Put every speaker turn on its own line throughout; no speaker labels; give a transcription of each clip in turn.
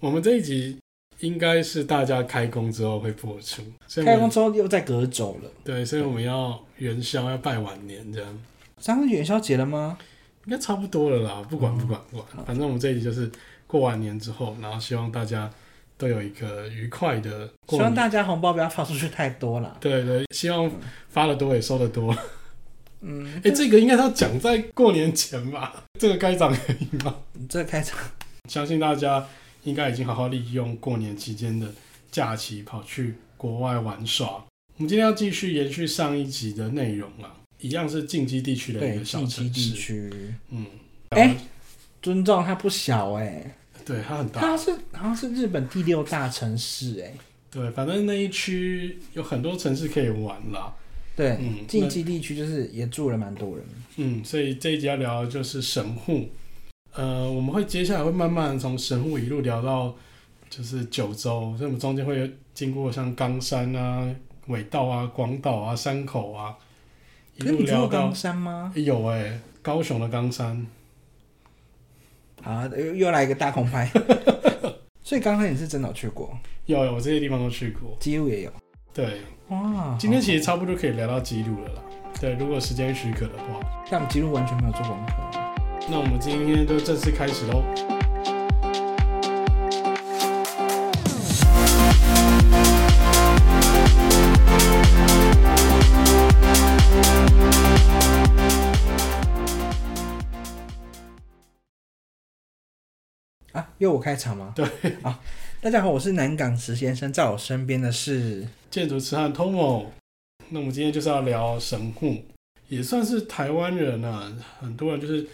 我们这一集应该是大家开工之后会播出，所以我
开
们
工之后又在隔周了。
对，所以我们要元宵要拜晚年这样，
上个元宵节了吗？
应该差不多了啦。不管不管不管，反正我们这一集就是过完年之后，然后希望大家都有一个愉快的
希
过
望
年。
大家红包不要发出去太多啦。
对对，希望发的多也收的多。
嗯，
哎、这个应该是要讲在过年前吧？这个该讲可以吗？
这开场
相信大家应该已经好好利用过年期间的假期，跑去国外玩耍。我们今天要继续延续上一集的内容啊，一样是近畿地区的一
对
个小
近期
城
地
市。
区，
嗯，
哎尊重它不小哎、
对，它很大
它。是好像是日本第六大城市哎、
对，反正那一区有很多城市可以玩啦。
对，
嗯，
近畿地区就是也住了蛮多人，
嗯，所以这一集要聊的就是神户。呃，我们会接下来会慢慢地从神户一路聊到就是九州，所以我们中间会有经过像冈山啊、尾道啊、广岛啊、山口啊，一
可是
路
你住
聊
过
到
冈山吗？
诶有哎、高雄的冈山，
啊，又又来一个大 空拍，所以冈山你是真的有去过，
有有我这些地方都去过。
基路也有
对，
哇。
今天其实
超，
差不多可以聊到吉鲁了啦。对，如果时间许可的话，
但我们基路完全没有做功课。
那我们今天就正式开始喽。
啊，又我开场吗？
对
啊，大家好，我是南港石先生，在我身边的是，
建筑痴汉 Tomo。那我们今天就是要聊神户，也算是台湾人啊，很多人就是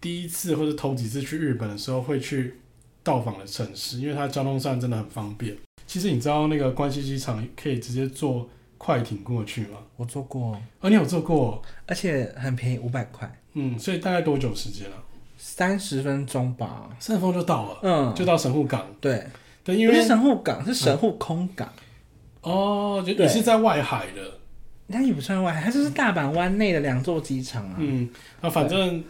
第一次或者头几次去日本的时候会去到访的城市，因为它交通上真的很方便。其实你知道那个关西机场可以直接坐快艇过去吗？
我做过，
哦，你有坐过？
而且很便宜，五百块，
嗯，所以大概多久时间啊？
三十分钟吧。
顺风就到了，
嗯，
就到神户港。
对，
对，因
不
为嗯
是神户港，是神户空港，
哦，就你
对
是在外海的。
它也不算外海，它就是大阪湾内的两座机场啊。
嗯，那反正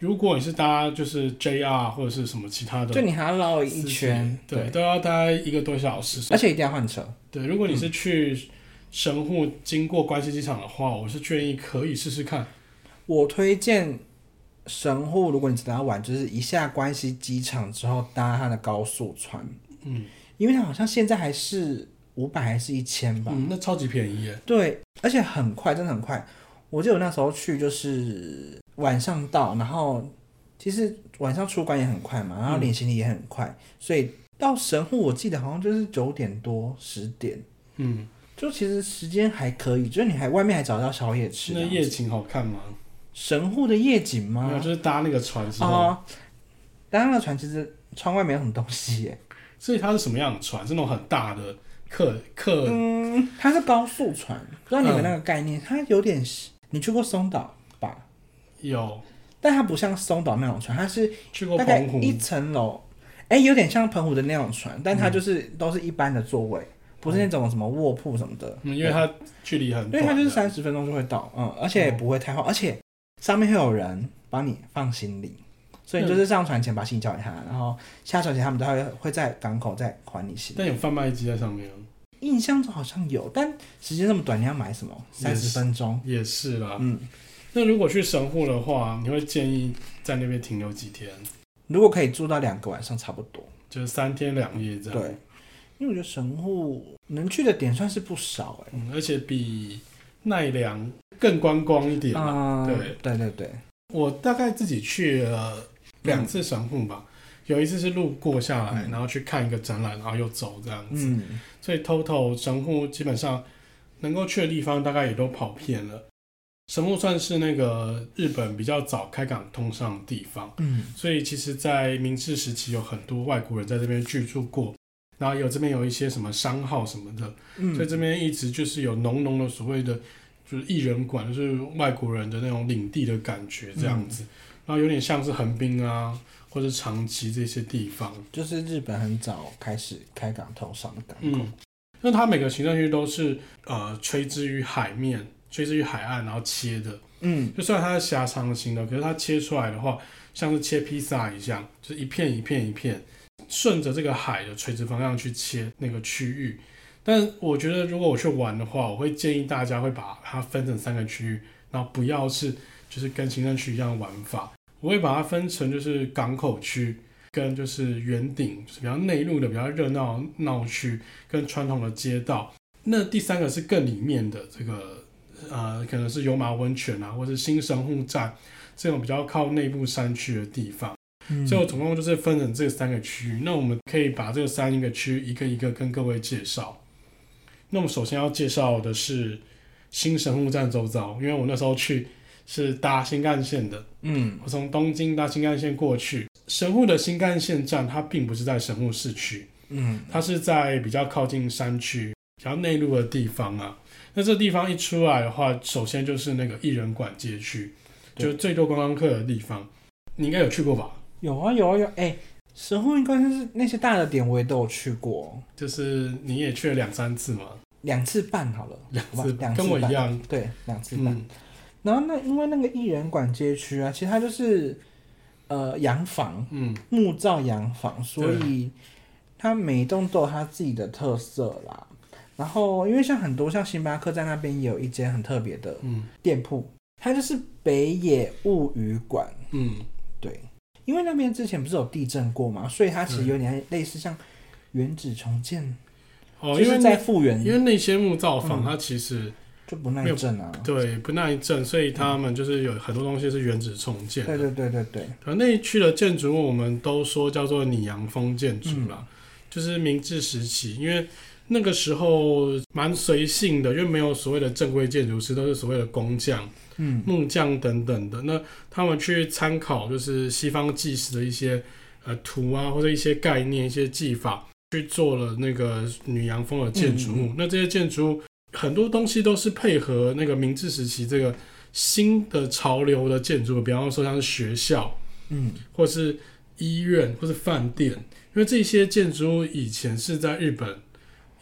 如果你是搭就是 JR 或者是什么其他的司
就
机，
你还要绕一圈，
对，，都要待一个多小时。
而且一定要换车。
对，如果你是去神户经过关西机场的话，我是建议可以试试看。
我推荐神户，如果你真的要玩，就是一下关西机场之后搭它的高速船，
嗯
因为它好像现在还是五百还是一千吧。
嗯，那超级便宜耶。
对，而且很快，真的很快。我记得我那时候去就是晚上到，然后其实晚上出关也很快
嗯
嘛，然后领行李也很快，所以到神户我记得好像就是九点多十点，
嗯，
就其实时间还可以，就是你还外面还找得到宵夜吃
那
的。啊
夜景好看吗？
神户的夜景
没有，
吗？
就是搭那个船之后，
啊，当然了，船其实窗外没有什么东西耶，
所以它是什么样的船？是那种很大的客客，
嗯，它是高速船，不知道你们那个概念，它有点是，你去过松岛吧？
有
但它不像松岛那种船，它是
去过
大概
哦澎湖，
一层楼，哎、有点像澎湖的那种船，但它就是、都是一般的座位，不是那种什么卧铺什么的。
嗯，因为它距离很啊
因为
短，
它就是三十分钟就会到，嗯，而且也不会太晃，而且上面会有人帮你放行李，所以
嗯
你就是上船前把行李交给他，然后下船前他们都会会在港口再还你行李。
但有贩卖机在上面啊，
印象中好像有，但时间这么短，你要买什么？三十分钟，
也是啦。
嗯，
那如果去神户的话，你会建议在那边停留几天？
如果可以住到两个晚上，差不多。
就是三天两夜这样。
对，因为我觉得神户能去的点算是不少哎、
嗯，而且比奈良更观光一点。
啊、
对
对对对，
我大概自己去了两次神户吧，有一次是路过下来，
嗯
然后去看一个展览，然后又走这样子。
嗯，
所以 total 神户基本上能够去的地方大概也都跑遍了。神户算是那个日本比较早开港通商的地方。
嗯，
所以其实，在明治时期有很多外国人在这边居住过，然后有这边有一些什么商号什么的，
嗯，
所以这边一直就是有浓浓的所谓的就是艺人馆，就是外国人的那种领地的感觉这样子，然后有点像是横滨啊或者长崎这些地方，
就是日本很早开始开港通商的港口，
嗯，那它每个行政区都是呃垂直于海面。垂直于海岸，然后切的，
嗯
就算它是狭长型的，可是它切出来的话，像是切披萨一样，就是一片一片一片，顺着这个海的垂直方向去切那个区域。但我觉得，如果我去玩的话，我会建议大家会把它分成三个区域，然后不要是就是跟行政区一样的玩法。我会把它分成就是港口区跟就是圆顶，就是比较内陆的、比较热闹的闹区跟传统的街道。那第三个是更里面的这个呃，可能是油麻温泉啊，或是新神户站这种比较靠内部山区的地方。
嗯
所以我总共就是分成这三个区域。那我们可以把这三个区域一个一个跟各位介绍。那我们首先要介绍的是新神户站周遭，因为我那时候去是搭新干线的，
嗯
我从东京搭新干线过去。神户的新干线站它并不是在神户市区，
嗯，
它是在比较靠近山区、比较内陆的地方啊。那这地方一出来的话，首先就是那个艺人馆街区，
对
就是最多观光客的地方。你应该有去过吧？
有啊有啊有，哎、神户应该是那些大的点我也都有去过
就是你也去了两三次嘛，
两次半好了，
两
好吧
次，
两次
跟我一
半
样。
对，两次半。
嗯，
然后那因为那个艺人馆街区啊，其实它就是呃洋房
嗯，
木造洋房，所以它每一栋都有它自己的特色啦。然后因为像很多像星巴克在那边也有一间很特别的
嗯，
店铺，它就是北野物语馆。
嗯，
对，因为那边之前不是有地震过嘛，所以它其实有点类似像原址重建，
哦，
就
因为
是在
那
复原
因为那些木造
嗯
房它其实
就不耐震啊。
对不耐震，所以他们就是有很多东西是原址重建
对
的。
对对对对，
对，啊那一区的建筑物我们都说叫做拟洋风建筑
嗯
啦，就是明治时期，因为那个时候蛮随性的，因为没有所谓的正规建筑师，都是所谓的工匠。
嗯
木匠等等的。那他们去参考就是西方技师的一些呃图啊，或者一些概念、一些技法，去做了那个女洋风的建筑物。
嗯
那这些建筑物很多东西都是配合那个明治时期这个新的潮流的建筑，比方说像是学校，
嗯
或是医院，或是饭店，因为这些建筑物以前是在日本。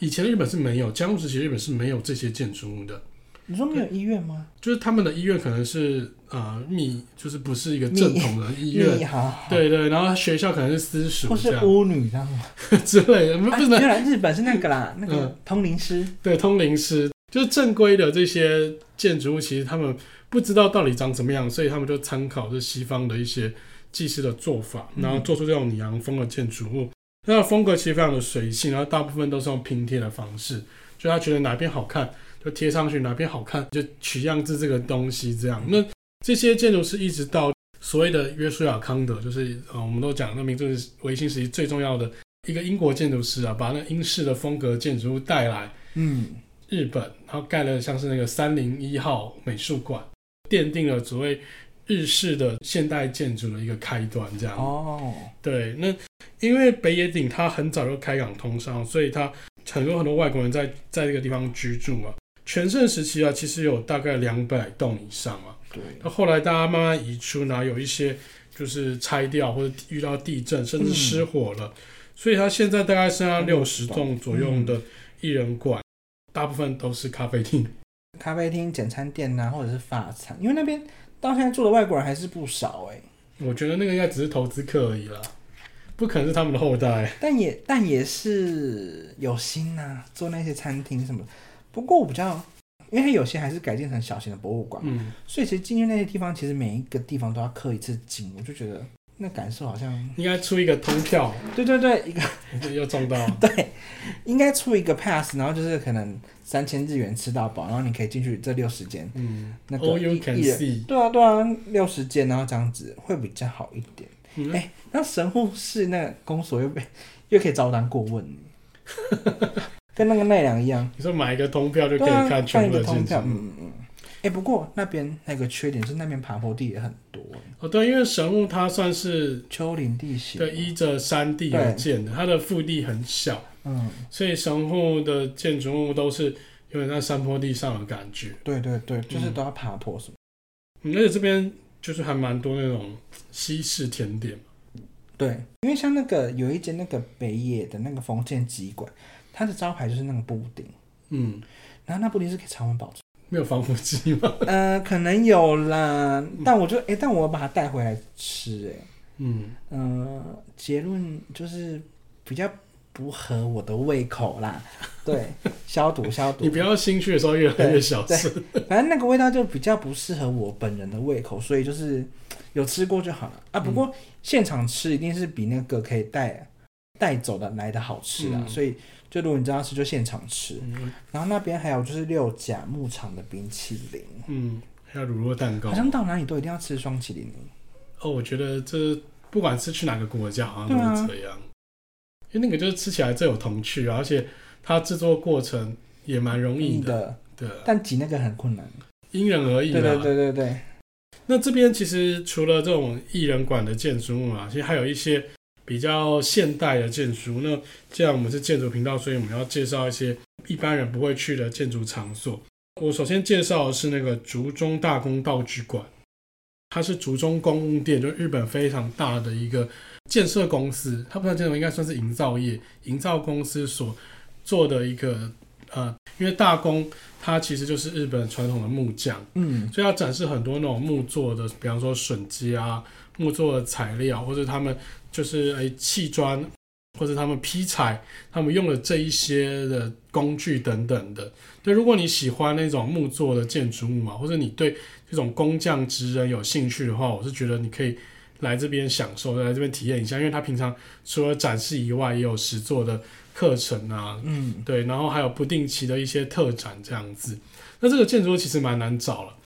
以前的日本是没有，江户时期的日本是没有这些建筑物的，
你说没有医院吗？
就是他们的医院可能是呃密，就是不是一个正统的医
你
院，
好好，
对对，然后学校可能是私
或
塾这
是
样
巫女这样吗？
之类的，不
啊
不是、
原来日本是那个啦，那个
嗯
通灵师。
对通灵师，就是正规的这些建筑物，其实他们不知道到底长什么样，所以他们就参考这西方的一些技师的做法，
嗯
然后做出这种拟洋风的建筑物。那它的风格其实非常的随性，然后大部分都是用拼贴的方式，就他觉得哪边好看就贴上去，哪边好看就取样自这个东西这样。那这些建筑师一直到所谓的约书亚康德，就是呃，我们都讲那明治维新时期最重要的一个英国建筑师啊，把那英式的风格建筑物带来，
嗯
日本，然后盖了像是那个三零一号美术馆，奠定了所谓日式的现代建筑的一个开端。这样，
哦，
对，那因为北野町它很早就开港通商，所以它很多很多外国人在在这个地方居住嘛。全盛时期啊，其实有大概两百栋以上啊。
对，
那后来大家慢慢移出，然后有一些就是拆掉或者遇到地震，甚至失火了，
嗯
所以它现在大概剩下六十栋左右的艺人馆，
嗯
大部分都是咖啡厅。
咖啡厅、简餐店呐、或者是法餐，因为那边到现在住的外国人还是不少哎、
我觉得那个应该只是投资客而已啦，不可能是他们的后代。
但也但也是有心呐、做那些餐厅什么的。不过我比较，因为它有些还是改建成小型的博物馆，
嗯，
所以其实进去那些地方，其实每一个地方都要刻一次金，我就觉得那感受好像，
应该出一个通票，
对对对，一个
又中到。
对，应该出一个 pass，然后就是可能三千日元吃到饱，然后你可以进去这六十间，
嗯
那个
，All
一
you can
一人
see。
对啊对啊，六十间，然后这样子会比较好一点。
嗯
哎、那神户市那个公所又被 又可以找我当顾 问呢，跟那个奈良一样，
你说买一个通票就可
对啊，
以看
办
全
一
部
个
的
通
建筑
票，。嗯嗯嗯。哎、不过那边那个缺点是那边爬坡地也很多，
哦，对，因为神户它算是
丘陵地形。
对依着山地而建的，它的腹地很小。
嗯，
所以神户的建筑物都是有点在山坡地上的感觉，
对对对，就是都要爬坡什么。
嗯，而且这边就是还蛮多那种西式甜点，
对，因为像那个有一间那个北野的那个封建集馆，它的招牌就是那个布丁，
嗯，
然后那布丁是可以常温保存。
没有防腐剂吗？
呃，可能有啦，但我就哎、但我把它带回来吃哎、
嗯，
呃，结论就是比较不合我的胃口啦。对，消毒消毒
你。不要心虚的时候越来越小声。
反正那个味道就比较不适合我本人的胃口，所以就是有吃过就好了啊。不
嗯
过现场吃一定是比那个可以带带走的来的好吃啊，
嗯
所以就如果你真的要吃，就现场吃。
嗯
然后那边还有就是六甲牧场的冰淇淋，
嗯，还有乳酪蛋糕
好。像到哪里都一定要吃双淇淋。
哦，我觉得这不管是去哪个国家，好像都是这
啊
样，因为那个就是吃起来最有童趣啊，而且它制作过程也蛮容易
硬
的，
的，
对啊，
但挤那个很困难。
因人而异啊啦。
对对对对对，
那这边其实除了这种艺人馆的建筑物啊，其实还有一些比较现代的建筑。那既然我们是建筑频道，所以我们要介绍一些一般人不会去的建筑场所。我首先介绍的是那个竹中大公道之馆，它是竹中公务店，就日本非常大的一个建设公司，它不算建筑，应该算是营造业营造公司所做的一个呃，因为大公它其实就是日本传统的木匠。
嗯，
所以要展示很多那种木做的，比方说榫接啊、木做的材料，或者他们就是诶砌砖，或者他们劈柴，他们用的这一些的工具等等的。对，如果你喜欢那种木做的建筑物嘛，或者你对这种工匠职人有兴趣的话，我是觉得你可以来这边享受，来这边体验一下，因为他平常除了展示以外，也有实做的课程啊，
嗯，
对，然后还有不定期的一些特展这样子。那这个建筑物其实蛮难找了，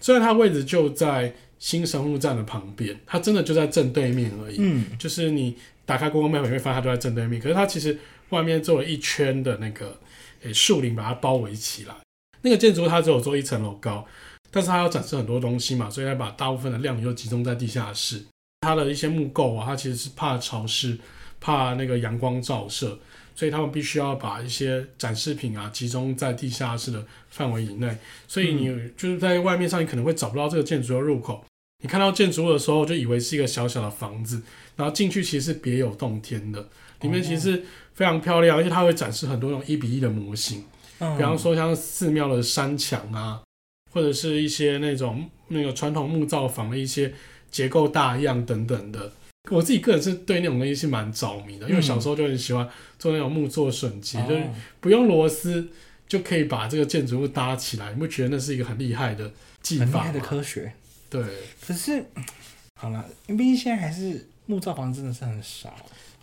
虽然它位置就在新神户站的旁边，它真的就在正对面而已。
嗯，
就是你打开 Google Map 你会发现它就在正对面，可是它其实外面做了一圈的那个诶树林把它包围起来。那个建筑物它只有做一层楼高，但是它要展示很多东西嘛，所以它把大部分的量又集中在地下室。它的一些木构啊，它其实是怕潮湿，怕那个阳光照射，所以他们必须要把一些展示品啊集中在地下室的范围以内。所以你就是在外面上，你可能会找不到这个建筑的入口。你看到建筑物的时候，就以为是一个小小的房子，然后进去其实是别有洞天的，里面其
哦
实是非常漂亮，而且它会展示很多那种一比一的模型。
嗯
比方，说像寺庙的山墙啊，或者是一些那种那个传统木造房的一些结构大样等等的。我自己个人是对那种东西是蛮着迷的，因为
嗯
小时候就很喜欢做那种木做榫接，就是
哦
不用螺丝就可以把这个建筑物搭起来，你不觉得那是一个很厉害的技
很厉
法
害的
吗？
科学。
对，
可是，好了，因为毕竟现在还是木造房真的是很少，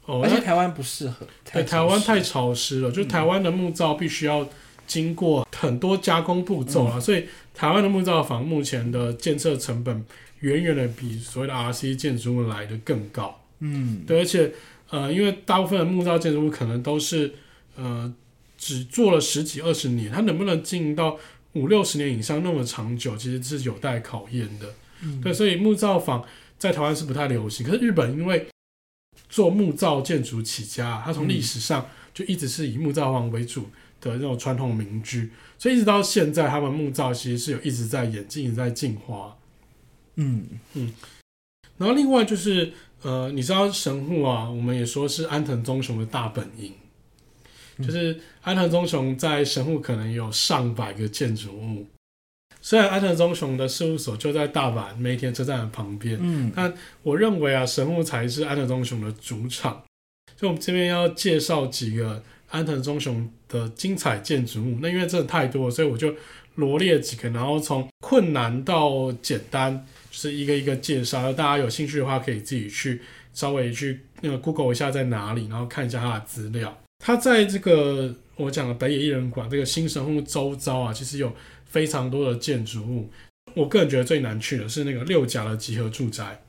哦，
而
那
且台湾不适合。
对，台湾太潮湿了，就嗯台湾的木造必须要经过很多加工步骤啊，所以台湾的木造房目前的建设成本远远的比所谓的 RC 建筑物来的更高。
嗯，
对，而且呃，因为大部分的木造建筑物可能都是呃只做了十几二十年，它能不能经营到五六十年以上那么长久，其实是有待考验的。
嗯
对，所以木造房在台湾是不太流行，可是日本因为做木造建筑起家，它从历史上就一直是以木造房为主的那种传统民居，所以一直到现在，他们木造其实是有一直在演进、一直在进化。
嗯，
然后另外就是，呃，你知道神户啊，我们也说是安藤忠雄的大本营，
嗯
就是安藤忠雄在神户可能有上百个建筑物。虽然安藤忠雄的事务所就在大阪梅田车站的旁边，
嗯，
那我认为啊，神户才是安藤忠雄的主场。所以我们这边要介绍几个安藤忠雄的精彩建筑物。那因为真的太多了，所以我就罗列几个，然后从困难到简单，就是一个一个介绍。大家有兴趣的话，可以自己去稍微去那个 Google 一下在哪里，然后看一下它的资料。它在这个我讲的北野艺人馆这个新神户周遭啊，其实有非常多的建筑物。我个人觉得最难去的是那个六甲的集合住宅。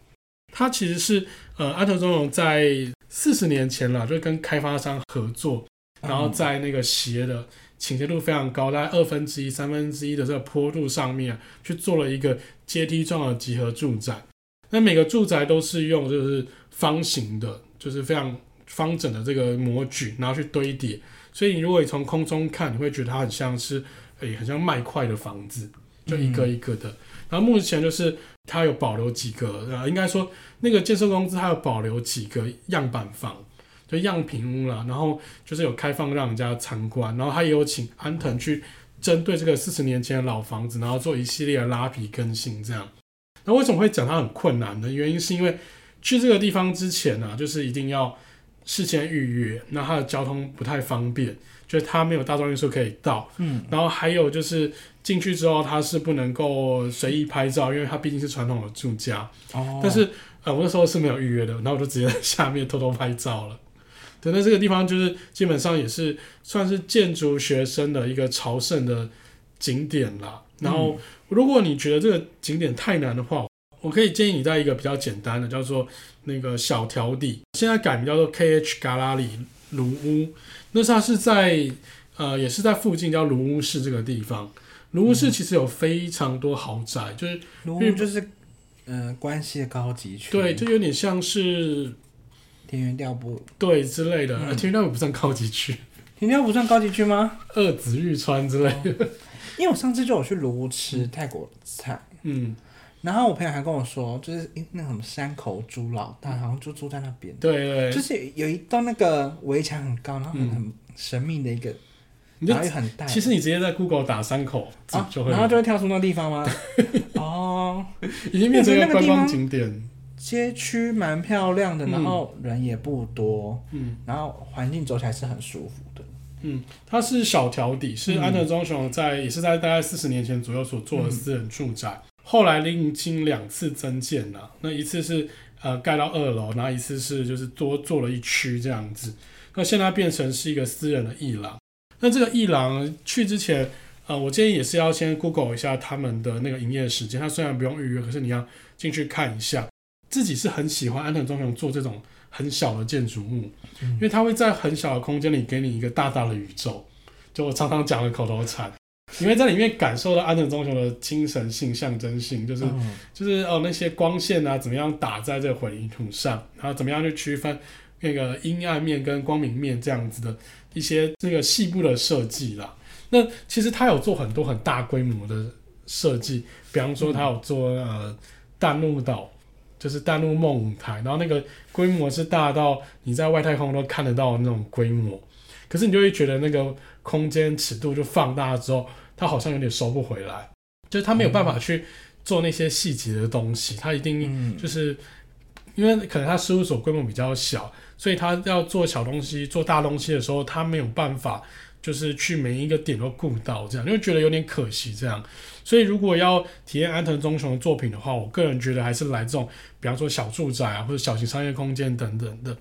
它其实是呃，安藤忠雄在四十年前了，就跟开发商合作，然后在那个斜的倾斜度非常高，大概二分之一、三分之一的这个坡度上面、啊，去做了一个阶梯状的集合住宅。那每个住宅都是用就是方形的，就是非常方整的这个模具，然后去堆叠。所以你如果你从空中看，你会觉得它很像是，诶、很像麦块的房子，就一个一个的。然后目前就是它有保留几个，呃，应该说那个建设公司它有保留几个样板房，就样品屋啦，然后就是有开放让人家参观，然后他也有请安藤去针对这个四十年前的老房子，然后做一系列的拉皮更新这样。那为什么会讲它很困难呢？原因是因为去这个地方之前呢、啊，就是一定要事先预约，那它的交通不太方便，就是它没有大众运输可以到。
嗯，
然后还有就是进去之后，它是不能够随意拍照，因为它毕竟是传统的住家。
哦，
但是呃，我那时候是没有预约的，然后我就直接在下面偷偷拍照了。对，那这个地方就是基本上也是算是建筑学生的一个朝圣的景点啦。然后，如果你觉得这个景点太难的话，我可以建议你在一个比较简单的，叫做那个小条地，现在改名叫做 KH 嘎拉里卢屋。那是它是在呃，也是在附近叫卢屋市这个地方。卢屋市其实有非常多豪宅，就是
卢
日
屋就是呃关系的高级区，
对，就有点像是
田园调不，
对之类的，
嗯
呃田园调不算高级区，
田园调不算高级区吗？
二子玉川之
哦
类的。
因为我上次就有去卢屋吃泰国菜，
嗯，
然后我朋友还跟我说，就是诶那个什么山口猪老大，好像就住在那边，
对
就
对，
是有一道那个围墙很高，然后很
嗯
很神秘的一个，
你就
然后又很大，
其实你直接在 Google 打山口，自己
啊
就，会
然后就会跳出那个地方 吗？哦，
已经变成一
那
个
个
观
地
光
方
景点。
街区蛮漂亮的，
嗯
然后人也不多，
嗯
然后环境走起来是很舒服的。
嗯，它是小条底，是
嗯
安德忠雄在、也是在大概四十年前左右所做的私人住宅，后来历经两次增建了、那一次是呃盖到二楼，然后一次是就是多做了一区这样子，那现在变成是一个私人的艺廊。那这个艺廊去之前，呃，我建议也是要先 Google 一下他们的那个营业时间，它虽然不用预约，可是你要进去看一下。自己是很喜欢安藤忠雄做这种很小的建筑物，
嗯
因为它会在很小的空间里给你一个大大的宇宙，就我常常讲的口头禅。你会在里面感受到安藤忠雄的精神性、象征性，就是
嗯
就是哦那些光线啊，怎么样打在这个混凝土上，然后怎么样去区分那个阴暗面跟光明面这样子的一些那个细部的设计啦。那其实他有做很多很大规模的设计，比方说他有做、呃弹幕岛，就是弹幕梦舞台，然后那个规模是大到你在外太空都看得到的那种规模，可是你就会觉得那个空间尺度就放大之后，它好像有点收不回来，就是它没有办法去做那些细节的东西，它一定
嗯，
就是因为可能他事务所规模比较小，所以他要做小东西、做大东西的时候，他没有办法就是去每一个点都顾到，这样就觉得有点可惜这样。所以如果要体验安藤忠雄的作品的话，我个人觉得还是来这种，比方说小住宅啊，或者小型商业空间等等的。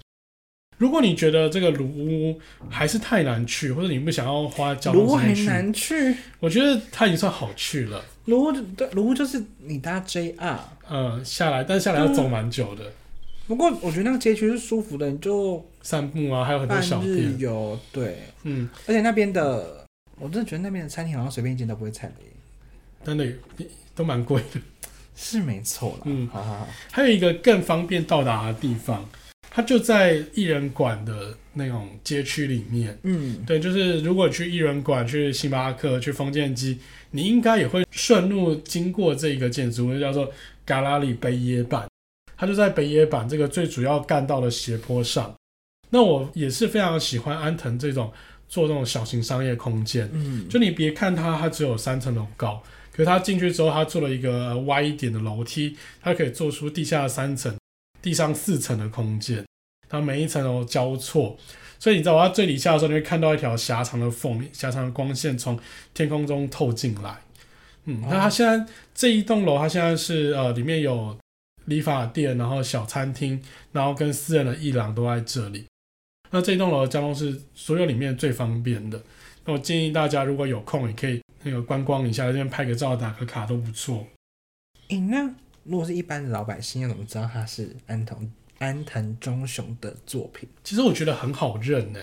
如果你觉得这个卢屋还是太难去，或者你不想要花交
卢屋
通时
很
间去，
难去，
我觉得它已经算好去了。
卢屋对卢屋就是你搭 JR，
嗯，下来，但下来要走蛮久的，
不过我觉得那个街区是舒服的，你就
散步啊，还有很多
半
小
日
店。
游对，
嗯，
而且那边的我真的觉得那边的餐厅好像随便一间都不会踩雷，
真的有都蛮贵的。
是没错啦。
嗯
好好好，
还有一个更方便到达的地方，它就在艺人馆的那种街区里面。
嗯，
对，就是如果你去艺人馆、去星巴克、去封建机，你应该也会顺路经过这个建筑物，叫做嘎拉里北野坂。它就在北野坂这个最主要干道的斜坡上。那我也是非常喜欢安藤这种做这种小型商业空间。
嗯，
就你别看它，它只有三层楼高，可是它进去之后，它做了一个呃歪一点的楼梯，它可以做出地下三层、地上四层的空间，它每一层楼交错。所以你知道我到最底下的时候，你会看到一条狭长的缝，狭长的光线从天空中透进来。嗯，那它
哦
现在这一栋楼，它现在是呃里面有理发店，然后小餐厅，然后跟私人的艺廊都在这里。那这一栋楼的交通是所有里面最方便的。那我建议大家如果有空，也可以那个观光一下，在这边拍个照、打个卡都不错。
诶、那如果是一般的老百姓，要怎么知道它是安藤安藤忠雄的作品？
其实我觉得很好认呢、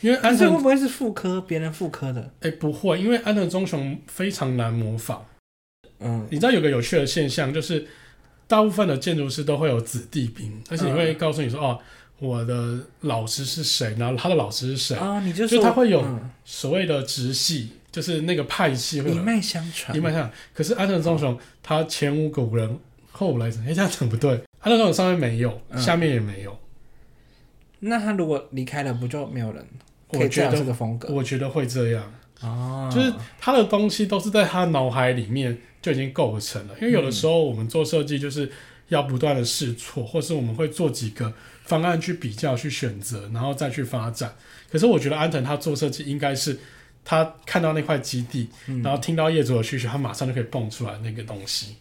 因为安
但是会
藤
不会是副科别人副科的？
哎、不会，因为安藤忠雄非常难模仿。
嗯
你知道有个有趣的现象，就是大部分的建筑师都会有子弟兵，而且你会告诉你说、
嗯
哦，我的老师是谁，然后他的老师是谁，
啊，你就
就
说
它会有
嗯
所谓的直系，就是那个派系会
一
有
脉相传，
一脉相。可是安藤忠雄他前无古人后无来者，哎、这样讲不对。安藤忠雄上面没有，
嗯
下面也没有。
那他如果离开了，不就没有人
我
可以再
觉
有这个
得，
风格
我觉得会这样，
啊？
就是他的东西都是在他脑海里面就已经构成了。因为有的时候我们做设计，就是要不断的试错，或是我们会做几个方案去比较、去选择，然后再去发展。可是我觉得安藤他做设计应该是他看到那块基地，
嗯
然后听到业主的需求，他马上就可以蹦出来那个东西，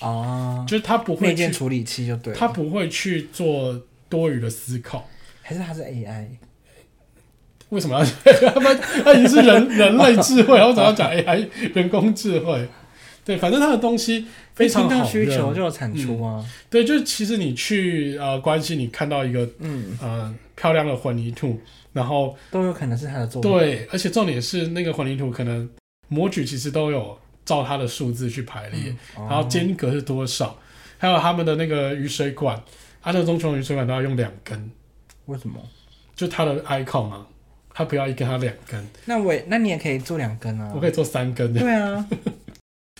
哦，
就是他不
内
会
建
去，
处理器就对了，
他不会去做多余的思考。
还是它是 AI，
为什么要？ 他们他已经是人人类智 慧，然后怎么要讲 AI 人工智慧？对，反正他的东西非常
听到
好
需
认
求就有产出啊，
对，就是其实你去呃关西，你看到一个
嗯，
呃漂亮的混凝土，然后
都有可能是它的作品，
对，而且重点是那个混凝土可能模具其实都有照它的数字去排列，
嗯，哦
然后间隔是多少，还有他们的那个雨水管，它的中穹雨水管都要用两根，
为什么？
就它的 icon 啊，它不要一根，它两根，
那我也那你也可以做两根啊，
我可以做三根的，
对啊，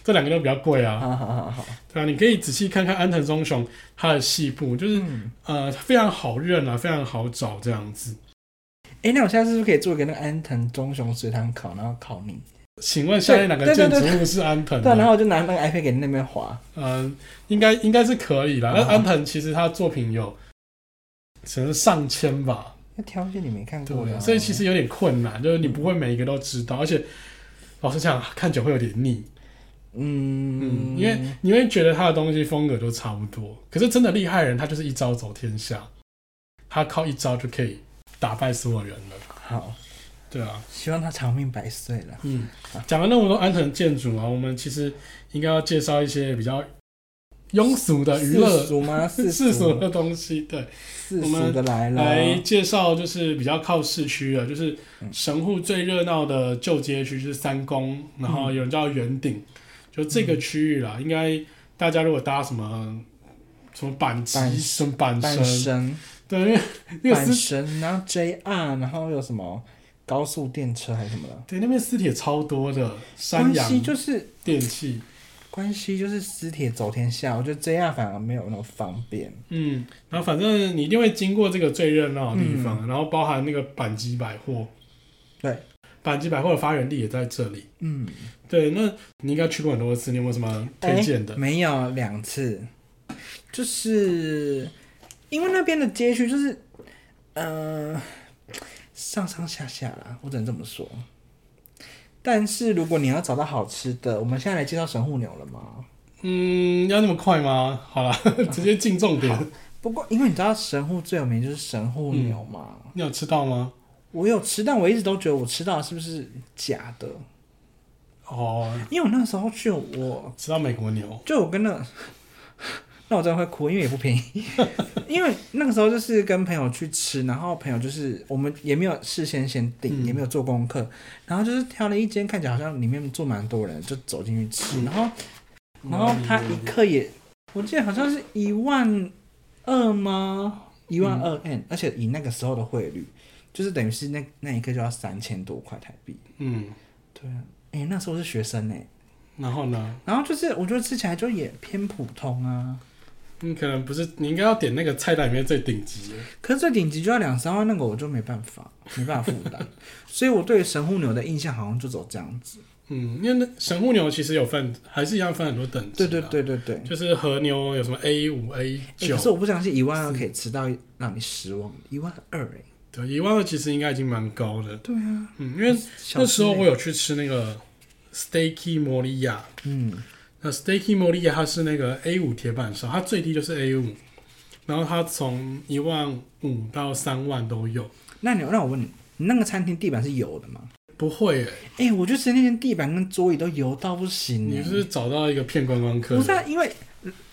这两个都比较贵啊。
好好好好，
对啊，你可以仔细看看安藤忠雄他的细部，就是
嗯，
呃非常好认啊，非常好找这样子。
哎，那我下次是不是可以做一个那个安藤忠雄随堂考，然后考你？
请问下列哪个建
对对
筑物是安藤
对啊，然
的？
后我就拿那个 iPad 给那边划，
嗯，应该应该是可以啦。那
嗯
安藤其实他作品有可能上千吧，
要挑一些你没看过
对
的啊，
所以其实有点困难，就是你不会每一个都知道，而且老实讲，看久会有点腻。
嗯，
嗯，因为你会觉得他的东西风格都差不多，可是真的厉害的人，他就是一招走天下，他靠一招就可以打败所有人了。
好，
对啊，
希望他长命百岁了。
嗯
好，
讲了那么多安藤建筑啊，我们其实应该要介绍一些比较庸俗的娱乐
世俗 吗？世
世俗
俗
的东西，对，
世
我
俗
们
的来了，
来介绍就是比较靠市区的，就是
嗯
神户最热闹的旧街区就是三宫，然后有人叫圆顶，就这个区域
嗯
啦，应该大家如果搭什么什么板急
板
什么板
半
神，
生
对，因为那个
半
私
生，然后 JR，然后有什么高速电车还是什么的，
对那边私铁超多的，山
关
羊
系就是
电器，
关系就是私铁走天下，我觉得 JR 反而没有那么方便。
嗯，然后反正你一定会经过这个最热闹的地方，然后包含那个板吉百货，
嗯对，
板吉百货的发源地也在这里。
嗯，
对，那你应该去过很多次，你有没有什么推荐的？
哎没有两次，就是因为那边的街区就是，呃，上上下下啦，我只能这么说。但是如果你要找到好吃的，我们现在来介绍神户牛了吗？
嗯，要那么快吗？好 啦，直接进重点。
不过，因为你知道神户最有名就是神户牛嘛，
你有吃到吗？
我有吃，但我一直都觉得我吃到的是不是假的？
哦，
因为我那时候去，我
吃到美国牛。
就我跟那， 那我真的会哭，因为也不便宜。 因为那个时候就是跟朋友去吃，然后朋友就是我们也没有事先先订，
嗯
也没有做功课，然后就是挑了一间看起来好像里面坐蛮多人，就走进去吃，
嗯
然后然后它一克也，我记得好像是一万二吗？一万二 n，而且以那个时候的汇率，就是等于是那那一克就要三千多块台币。
嗯，
对啊，哎、那时候是学生呢、
然后呢？
然后就是我觉得吃起来就也偏普通啊，
你嗯可能不是，你应该要点那个菜单里面最顶级的。
可是最顶级就要两三万，那个我就没办 法，没办法负担。所以我对神户牛的印象好像就走这样子。
嗯，因为那神户牛其实有分，还是一啊样分很多等级。
对对，对对对。
就是和牛有什么 A 五、A
欸、
九
可。是我不相信一万二可以吃到让你失望，一万二哎、
对，一万二其实应该已经蛮高的。
对啊，
嗯，因为
小
那时候
吃欸
我有去吃那个 Steaky 摩利亚，
嗯
那 Steaky 摩利亚它是那个 A 五铁板烧，它最低就是 A 五，然后它从一万五到三万都有。
那你那我问你，你那个餐厅地板是油的吗？
不会、欸，
哎、我就吃那天地板跟桌椅都油到不行、欸。
你是不是找到一个骗观光客
不是、
的？
啊、因为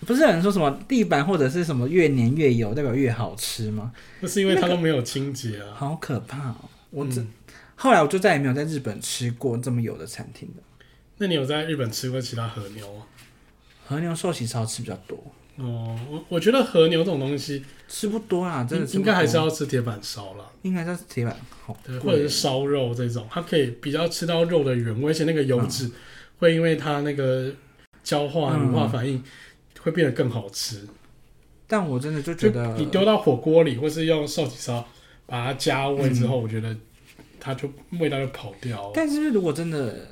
不是有人说什么地板或者是什么越粘越油代表越好吃吗？
那是因为它都没有清洁啊。
好可怕哦！我这、
嗯，
后来我就再也没有在日本吃过这么油的餐厅了。
那你有在日本吃过其他和牛吗？
和牛寿喜烧吃比较多，
哦，我我觉得和牛这种东西，
吃不多啊，真的
应
吃不
应该还是
多
要吃铁板烧啦，
应该是铁板好
对，或者
贵
是烧肉这种，它可以比较吃到肉的原味，而且那个油脂会因为它那个焦化
嗯
乳化反应会变得更好吃。
但我真的就
就
觉得
你丢到火锅里，或是用寿喜烧把它加味之后，我觉得它就味道就跑掉了。
嗯但是如果真的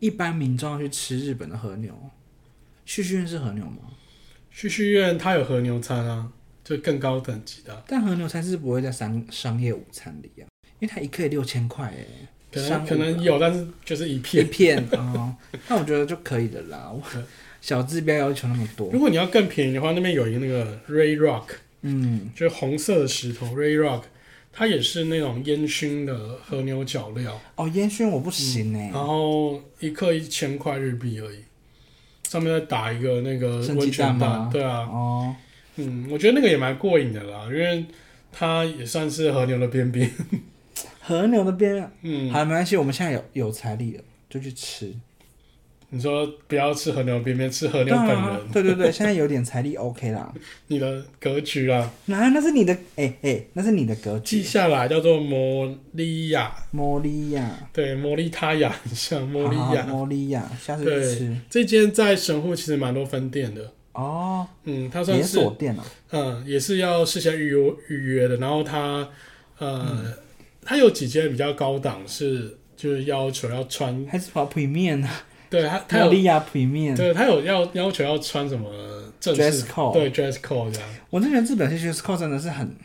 一般民众要去吃日本的和牛，旭旭苑是和牛吗？
旭旭苑它有和牛餐啊，就更高等级的啊，
但和牛餐是不会在商商业午餐里啊，因为它一克也六千块 哎，
可能
商务
可能有，但是就是一
一
片。
片哦，那我觉得就可以的啦。我
对
小字不要要求那么多
如，果你要更便宜的话，那边有一个那个 Ray Rock，
嗯，
就是红色的石头 Ray Rock，它也是那种烟熏的和牛脚料，
哦，烟熏我不行哎、
然后一克一千块日币而已，上面再打一个那个
生
温
鸡蛋
泉蛋，
吗
对啊，
哦，
嗯，我觉得那个也蛮过瘾的啦，因为它也算是和牛的边边，
和牛的边，
嗯，
好，没关系，我们现在有有财力了，就去吃。
你说不要吃和牛边边，吃和
对
牛本
啊
人，，
对对对，现在有点财力 OK 啦。
你的格局啊，
那那是你的，哎、哎、那是你的格
记
局。
下来叫做摩利亚，
莫利亚，
对，摩利他亚很像摩利
好好，
亚。
莫利亚，下次
对
去吃。
这间在神户其实蛮多分店的，
哦，
嗯，它算
连
是
锁店哦、
嗯，也是要事先预约预约的。然后它，呃，它有几间比较高档，是就是要求要穿，
还是跑 Premium 啊？
对它它
莫
有
利亚 Premium。
对它有要要求要穿什么正式
Dress code
对 dress code 这样。
我真的觉得日本去 dress code 真的是很，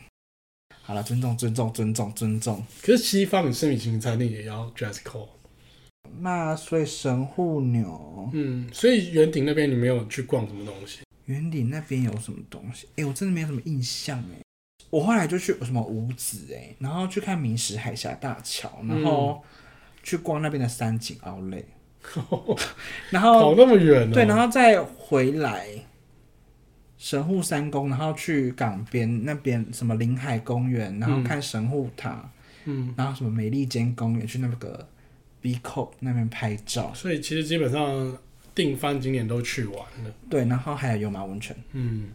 好了，尊重尊重尊重尊重。
可是西方你吃米其林餐厅也要 dress code，
那所以神户牛
嗯，所以圆顶那边你没有去逛什么东西，
圆顶那边有什么东西？哎、我真的没有什么印象哎、我后来就去什么五子哎、然后去看明石海峡大桥，然后
嗯
去逛那边的三井奥莱，然后
跑那么远哦、
对，然后再回来神户三宫，然后去港边那边什么临海公园，然后看神户塔，
嗯，
然后什么美利坚公园，去那个 B 扣那边拍照。
所以其实基本上定番景点都去完了。
对，然后还有油麻温泉。
嗯，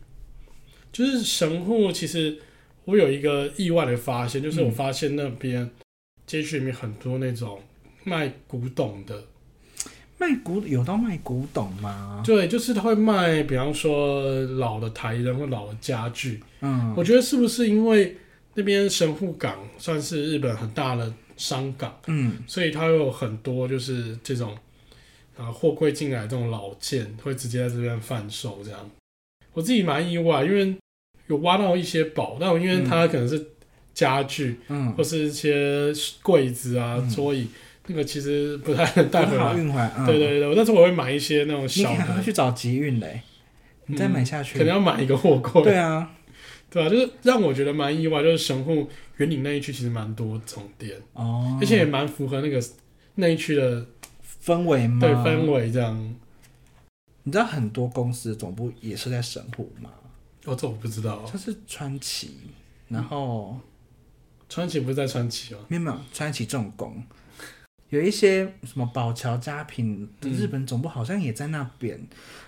就是神户，其实我有一个意外的发现，就是我发现那边街区里面很多那种卖古董的，
卖古有到卖古董吗？
对，就是他会卖，比方说老的台灯或老的家具。
嗯，
我觉得是不是因为那边神户港算是日本很大的商港，
嗯，
所以它有很多就是这种啊货柜进来这种老件会直接在这边贩售这样。我自己蛮意外，因为有挖到一些宝，但我因为它可能是家具、
嗯
或，是一些柜子啊、
嗯
桌椅，那个其实不太能带回
好
来。
运回来。嗯、
对对对，但是我会买一些那种
你
小
可能
的，
去找集运嘞、 你再买下去。
嗯可能要买一个货柜。
对啊，
对啊，就是让我觉得蛮意外，就是神户圆岭那一区其实蛮多这种店，
哦，
而且也蛮符合那个那一区的
氛围嘛，
对氛。围这样。
你知道很多公司的总部也是在神户嘛，
哦，这我不知道。
像是川崎，然后
川崎不是在川崎哦吗？
没有没有川崎重工，有一些什么宝桥佳品的
嗯
日本总部好像也在那边，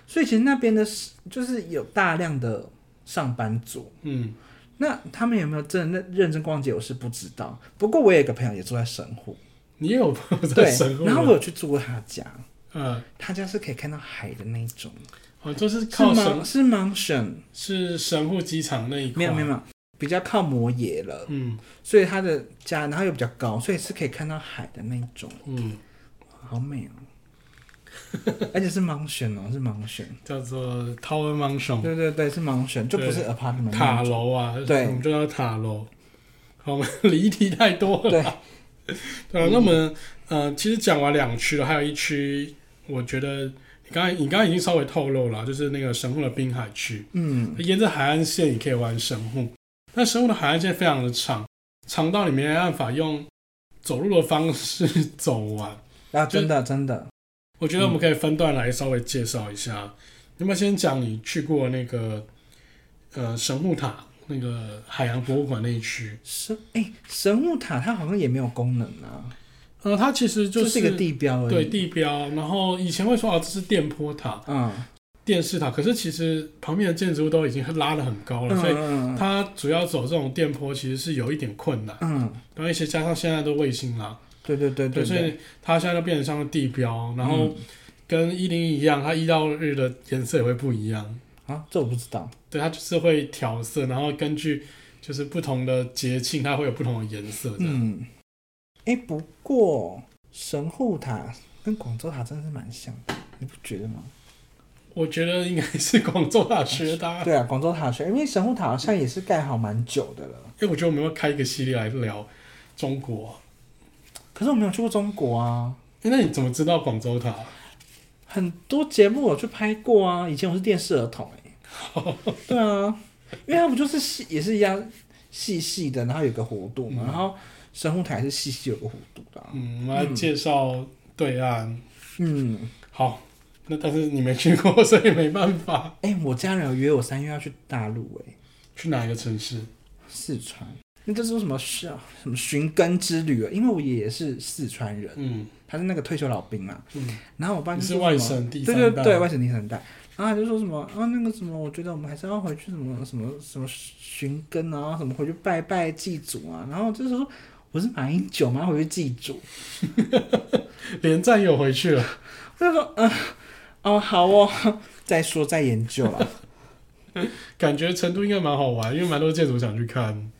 所以其实那边的是就是有大量的上班族。
嗯，
那他们有没有真的认认真逛街，我是不知道。不过我有一个朋友也住在神户，
你也有朋友在
对
神户，，
然后我有去住过他家，
嗯，
他家是可以看到海的那一种，
哦，就是
是
靠神
盲是盲选，
是神户机场那一块，
没有没有，没有，比较靠摩耶了，
嗯
所以他的家然后又比较高，所以是可以看到海的那一种，
嗯，
好美哦。而且是盲选哦，是盲选，
叫做 Tower Mansion
对对对，是盲选，就不是 apartment 那
塔
一种
楼啊，
对
我们就叫塔楼。好，我们离题太多了，
对，
对啊，那我们呃，其实讲完两区了，还有一区，我觉得你刚才你刚才已经稍微透露了，就是那个神户的滨海区，
嗯，
沿着海岸线也可以玩神户，但神户的海岸线非常的长，长到你没办法用走路的方式走完。
啊，真的真的，
我觉得我们可以分段来稍微介绍一下。你有没有先讲你去过那个呃神户塔那个海洋博物馆那一区？
神哎、神户塔它好像也没有功能啊，
呃，它其实
就是是一个地标而已，
对地标，然后以前会说啊这是电波塔、
嗯，
电视塔，可是其实旁边的建筑物都已经拉得很高了，所以
嗯嗯
它主要走这种电波其实是有一点困难。
嗯，
然后一些加上现在的卫星啦，
对对对
对，所
对，嗯
以它现在就变成像个地标，然后跟一零一样，它一到日的颜色也会不一样，
啊，这我不知道，
对，它就是会调色，然后根据就是不同的节庆，它会有不同的颜色这样。
嗯，哎、不过神户塔跟广州塔真的是蛮像的，你不觉得吗？
我觉得应该是广州大学的、啊。
对啊，广州塔学，因为神户塔好像也是盖好蛮久的了，
哎、我觉得我们要开一个系列来聊中国啊、
可是我没有去过中国啊。
哎那你怎么知道广州塔？
很多节目我去拍过啊，以前我是电视儿童哎、 对啊，因为它不就是细也是一样细细的，然后有个弧度嘛，然后神户塔也是细细有个弧度 的、啊。
嗯，我们来介绍对岸。
嗯，
好，那但是你没去过， 所以没办法。
哎、我家人有约我三月要去大陆哎、
去哪一个城市？
四川。那这是什么是啊什么寻根之旅啊？因为我爷爷是四川人，
嗯
他是那个退休老兵嘛。
嗯，
然后我爸
你
就是说
外
什么
省第
对
三
对
代。
对，外省第三代。然后他就说什么啊，那个什么，我觉得我们还是要回去什么什么什么寻根啊，什么回去拜拜祭祖啊。然后就是说我是马英九嘛，回去祭祖。
连战友回去了。
他就说嗯、 哦好哦， 再说再研究啊 了。
感觉成都应该蛮好玩，因为蛮多建筑想去看。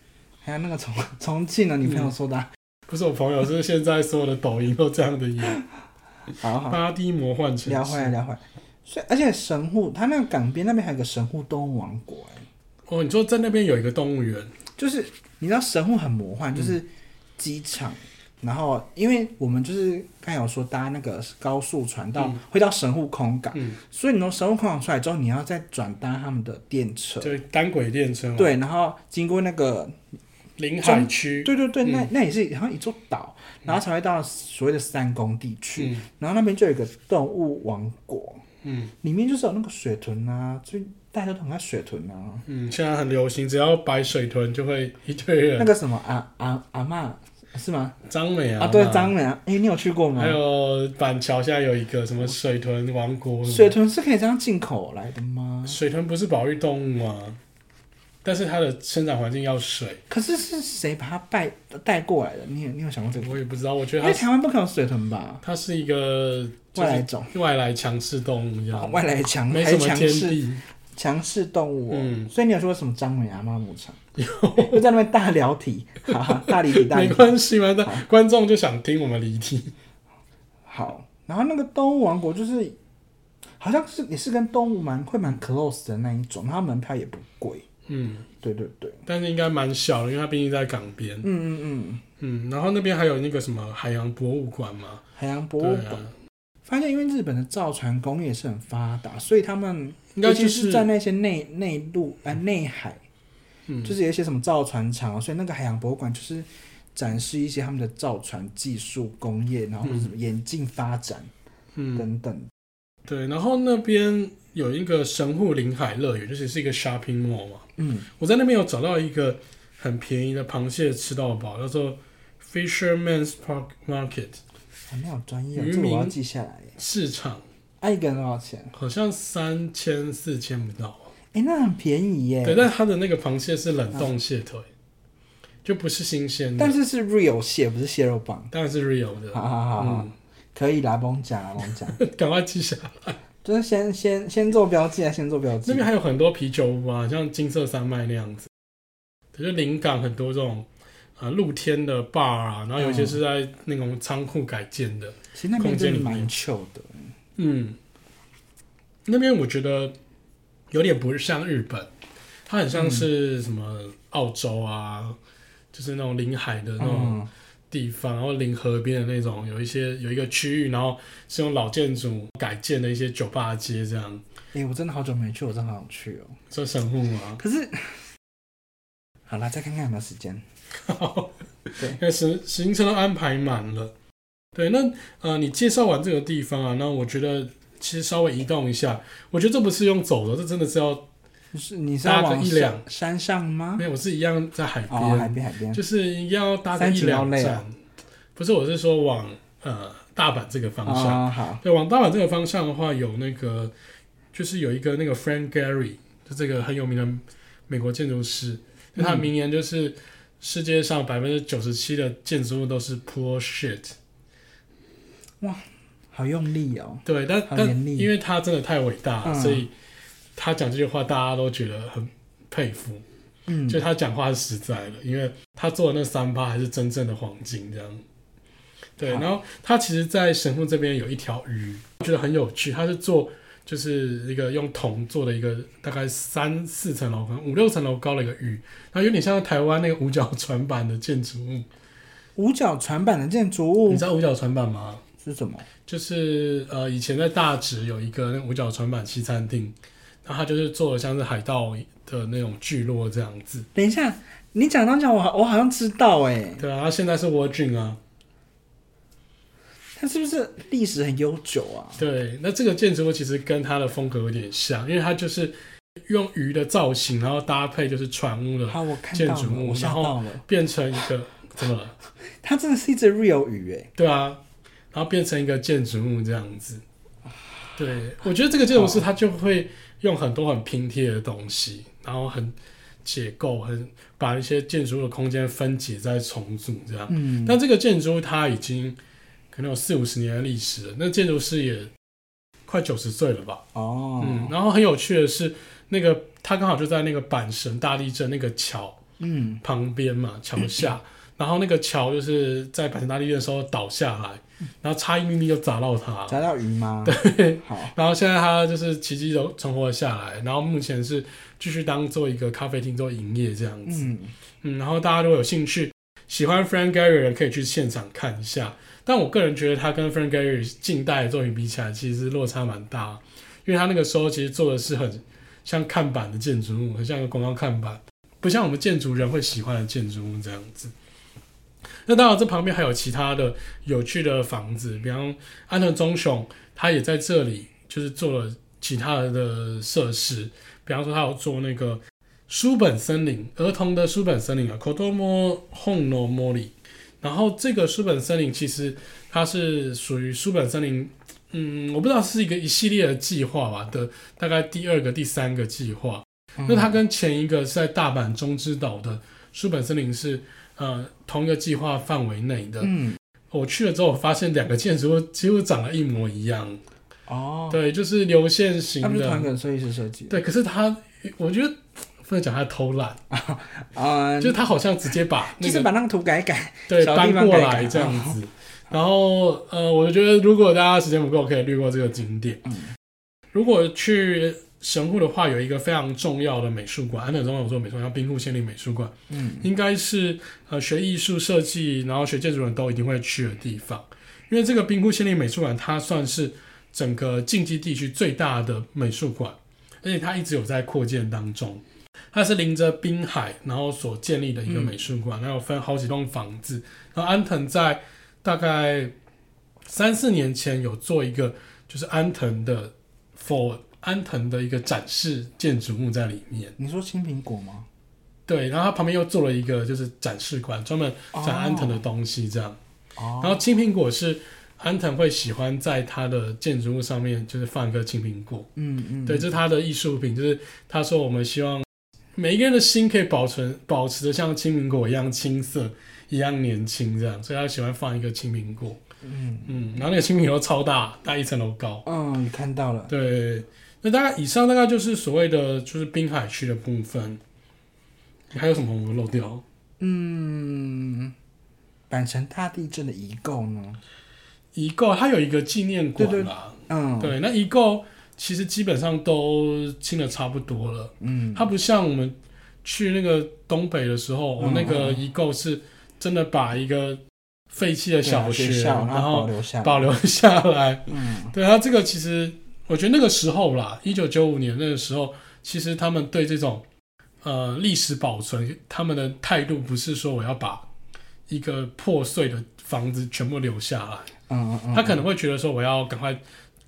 还有哎那个重重庆的女朋友说的啊、
不是我朋友，是现在所有的抖音都这样的演。 嗯
好好
八 D 魔幻城
聊回
市。
来聊回来。所以而且神户，他那个港边那边还有个神户动物王国、哎。
哦，你说在那边有一个动物园，
就是你知道神户很魔幻，
嗯
就是机场，然后因为我们就是刚才有说搭那个高速船到、
嗯
会到神户空港，
嗯，
所以你从神户空港出来之后，你要再转搭他们的电车，
就是单轨电车嘛，
对，然后经过那个，
临海区，
对对对，
嗯
那那也是好像一座岛，然后才会到所谓的三宫地区，
嗯
然后那边就有一个动物王国，
嗯
里面就是有那个水豚啊，所以大家都很爱水豚啊，
嗯，现在很流行，只要摆水豚就会一堆
那
人，
个什么阿阿阿嬷是吗？
张美啊，
啊，对，张美啊，哎、你有去过吗？
还有板桥下有一个什么水豚王国，
水豚是可以这样进口来的吗？
水豚不是保育动物吗？但是它的生长环境要水，
可是是谁把它带带过来的？你有你有想过这个？
我也不知道，我觉得
因
它
为
是
台湾不可能有水豚吧？
它是一个就
外来
是
种，
外来强势动物一
啊
样，
外来强
没
还
什
是
么
强
天
势
地。
强势动物、哦。
嗯
所以你有说什么张美阿妈牧场？又在那边大聊题，哈哈，大离题大离
没
题。
关系嘛，那观众就想听我们离题。
好，然后那个动物王国就是，好像是也是跟动物蛮会蛮 close 的那一种，然后门票也不贵。
嗯，
对对对，
但是应该蛮小的，因为它毕竟在港边
嗯。嗯嗯，
嗯，然后那边还有那个什么海洋博物馆嘛，
海洋博
对
物馆。
啊，
发现因为日本的造船工业是很发达，所以他们
应该
尤
就
其是在那些内内陆啊内海，
嗯
就是有一些什么造船厂，所以那个海洋博物馆就是展示一些他们的造船技术、工业，然后或者什么演进发展
嗯
等等。
对，然后那边有一个神户临海乐园，就是是一个 shopping mall 嘛。
嗯，
我在那边有找到一个很便宜的螃蟹吃到饱，叫做 Fisherman's Park Market
还没有专业哦，
渔
这个我要
民
记下来耶。
市场，
啊，一个人多少钱？
好像三千四千不到。
哎、那很便宜耶。
对，但它的那个螃蟹是冷冻蟹腿，就不是新鲜的，
但是啊是 real 蟹，不是蟹肉棒。
当然是 real 的。
好好好好，
嗯，
可以啦，帮我讲啦，帮我讲。
赶快记下来。
就是先先先做标记啊，先做标
那
记
边。还有很多啤酒屋啊，像金色山脉那样子，对就临港很多这种啊露天的 bar 啊，然后有一些是在那种仓库改建的。
其实那
空
边
间
真的
里面
蛮 chill 的。
嗯，那边我觉得有点不像日本，它很
嗯
像是什么澳洲啊，就是那种临海的那种。
嗯
地方，然后临河边的那种，有一些有一个区域，然后是用老建筑改建的一些酒吧街，这样
哎、我真的好久没去，我真的好想去哦。
这神户吗？
可是， 好啦，再看看有没有时间。对
因为行行程都安排满了。对，那呃，你介绍完这个地方啊，那我觉得其实稍微移动一下，我觉得这不是用走的，这真的是要，
你是你是要
搭个
往
一两
山山上吗
没？有，我是一样在海边，
哦，海边海边。
就是一定要搭个一两
30要累
站
啊。
不是，我是说往呃大阪这个方向。
哦，好，
对，往大阪这个方向的话，有那个就是有一个那个 Frank Gehry，就这个很有名的美国建筑师，那他的名言就是世界上百分之九十七的建筑物都是 poor shit。
好用力哦。
对，但
好
但
严厉
因为他真的太伟大了，
嗯
所以他讲这句话大家都觉得很佩服，
嗯，
就他讲话是实在的，因为他做的那三趴还是真正的黄金这样。对，
好
然后他其实，在神户这边有一条鱼，我觉得很有趣，他是做就是一个用铜做的一个大概三四层楼，可能五六层楼高的一个屿，然后有点像台湾那个五角船板的建筑物。
五角船板的建筑物
你知道五角船板吗？
是什么？
就是呃，以前在大直有一个那五角船板西餐厅，那它就是做的像是海盗的那种聚落这样子。
等一下，你讲到讲我好我好像知道哎、
对啊，它现在是蜗郡啊。
它是不是历史很悠久啊？
对，那这个建筑物其实跟它的风格有点像，因为它就是用鱼的造型，然后搭配就是船屋的，
好，我看
建
到
筑
了，
物
我吓
然后
到了，
变成一个怎么了？
它真的是一只 real 鱼哎、
对啊，然后变成一个建筑物这样子。对，我觉得这个建筑师
哦
他就会用很多很拼贴的东西，然后很解构，很把一些建筑物的空间分解再重组这样。
嗯，
那这个建筑它已经可能有四五十年的历史了，那建筑师也快九十岁了吧？
哦，
嗯，然后很有趣的是，那个他刚好就在那个阪神大地震那个桥
嗯
旁边嘛，桥下，然后那个桥就是在阪神大地震的时候倒下来，然后差一咪咪就砸到他，
砸到鱼吗？对，好，
然后现在他就是奇迹都存活了下来，然后目前是继续当做一个咖啡厅做营业这样子，
嗯，
嗯然后大家如果有兴趣。喜欢 Frank Gehry 的人可以去现场看一下，但我个人觉得他跟 Frank Gehry 近代的作品比起来，其实落差蛮大的。因为他那个时候其实做的是很像看板的建筑物，很像一个广告看板，不像我们建筑人会喜欢的建筑物这样子。那当然，这旁边还有其他的有趣的房子，比方安藤忠雄，他也在这里就是做了其他的设施，比方说他有做那个书本森林，儿童的书本森林啊，Kodomo Hono Mori。然后这个书本森林其实它是属于书本森林嗯，我不知道是一个一系列的计划吧的，大概第二个、第三个计划。
嗯
那它跟前一个是在大阪中之岛的书本森林是呃同一个计划范围内的。
嗯
我去了之后，我发现两个建筑物几乎长得一模一样，
哦，
对，就是流线型
它不是同一
的。
个设计师设计的
对，可是它，我觉得不能讲它偷懒，
啊，
就是它好像直接 把
就
那
是
个
把那个图改一 改，
对
小
搬
地方
过
改改
来这样子。然后呃，我觉得如果大家时间不够，可以略过这个景点。
嗯
如果去神户的话，有一个非常重要的美术馆，安藤忠雄做美术馆，叫滨户县立美术馆，
嗯
应该是呃学艺术设计，然后学建筑人都一定会去的地方。因为这个滨户县立美术馆，它算是整个近畿地区最大的美术馆，而且它一直有在扩建当中。它是临着滨海，然后所建立的一个美术馆，然后分好几栋房子。然后安藤在大概三四年前有做一个，就是安藤的 for 安藤的一个展示建筑物在里面。
你说青苹果吗？
对，然后它旁边又做了一个就是展示馆，专门展安藤的
哦
东西这样。
哦，
然后青苹果是安藤会喜欢在他的建筑物上面就是放一个青苹果，
嗯嗯，
对，这是他的艺术品，就是他说我们希望每一个人的心可以保存保持的像青苹果一样青涩，一样年轻这样，所以他喜欢放一个青苹果，
嗯
嗯，然后那个青苹果超大，大概一层楼高，
嗯，你看到了，
对，那大概以上大概就是所谓的就是滨海区的部分，还有什么我漏掉？
嗯，阪神大地震的遗构呢？
一个它有一个纪念馆
对对
啦，
嗯，，
对，那一购其实基本上都清的差不多了，
嗯，
它不像我们去那个东北的时候，我哦
嗯
那个
嗯
一购是真的把一个废弃的
对啊
小
学
学，
校，
然
后保
后
留下来，
保留下来。
嗯
对，它这个其实我觉得那个时候啦，一九九五年那个时候，其实他们对这种呃历史保存，他们的态度不是说我要把一个破碎的房子全部留下来，
嗯嗯，
他可能会觉得说我要赶快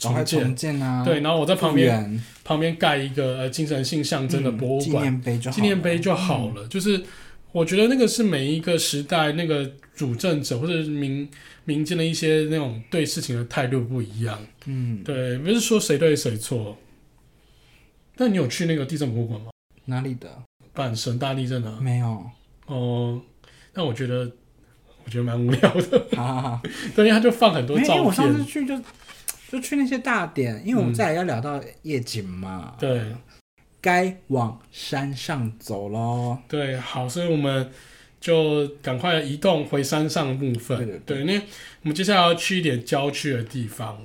赶
重
快
建。
重建啊，
对，，然后我在旁边
边
旁边盖一个呃精神性象征的博物
嗯纪
馆、
念碑就好
纪念碑
了嗯
就好了。就是我觉得那个是每一个时代那个主政者或者是民民间的一些那种对事情的态度不一样。
嗯，
对，不是说谁对谁错。那你有去那个地震博物馆吗？
哪里的？
阪神大地震啊？
没有，
哦、那我觉得我觉得蛮无聊的，
好好好，
对，因为他就放很多
没有，因为
照
我上次
片。
去就就去那些大点，因为我们再来要聊到夜景嘛，
对
该往山上走喽。
对，好，所以我们就赶快移动回山上部分。
对对对
因为我们接下来要去一点郊区的地方，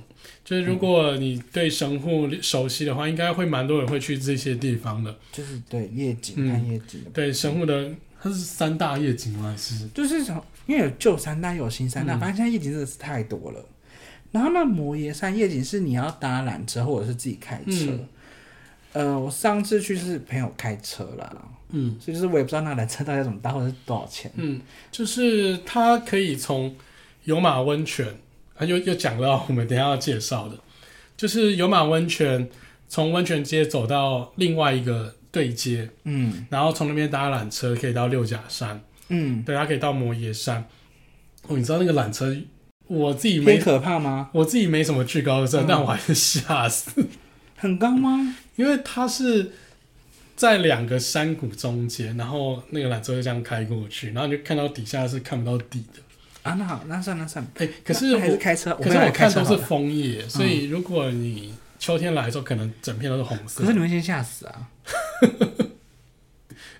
就是如果你对神户熟悉的话，应该会蛮多人会去这些地方的。
就是对夜景
嗯
看夜景的，
对，神户的它是三大夜景吗？还是
就是从因为有旧山大，有新山大，
嗯
反正现在夜景真的是太多了。然后那摩耶山夜景是你要搭缆车或者是自己开车。
嗯
呃，我上次去是朋友开车啦，
嗯
所以就是我也不知道那缆车到底要怎么搭，或者是多少钱。
嗯，就是它可以从有马温泉，啊，又又讲到我们等一下要介绍的，就是有马温泉从温泉街走到另外一个对街，
嗯
然后从那边搭缆车可以到六甲山，
嗯，
对，它可以到摩耶山。哦，你知道那个缆车，我自己
偏
没
可怕吗？
我自己没什么惧高症，
嗯
但我还是吓死，
很高吗？
因为它是在两个山谷中间，然后那个缆车就这样开过去，然后你就看到底下是看不到底的。
啊，那好，那算了算了。
哎、可是
那
我
还是开车，
可是
没有
我
开
看
车
都
好
是
了
枫叶，
嗯
所以如果你秋天来的时候，可能整片都是红色
可是，你会先吓死啊！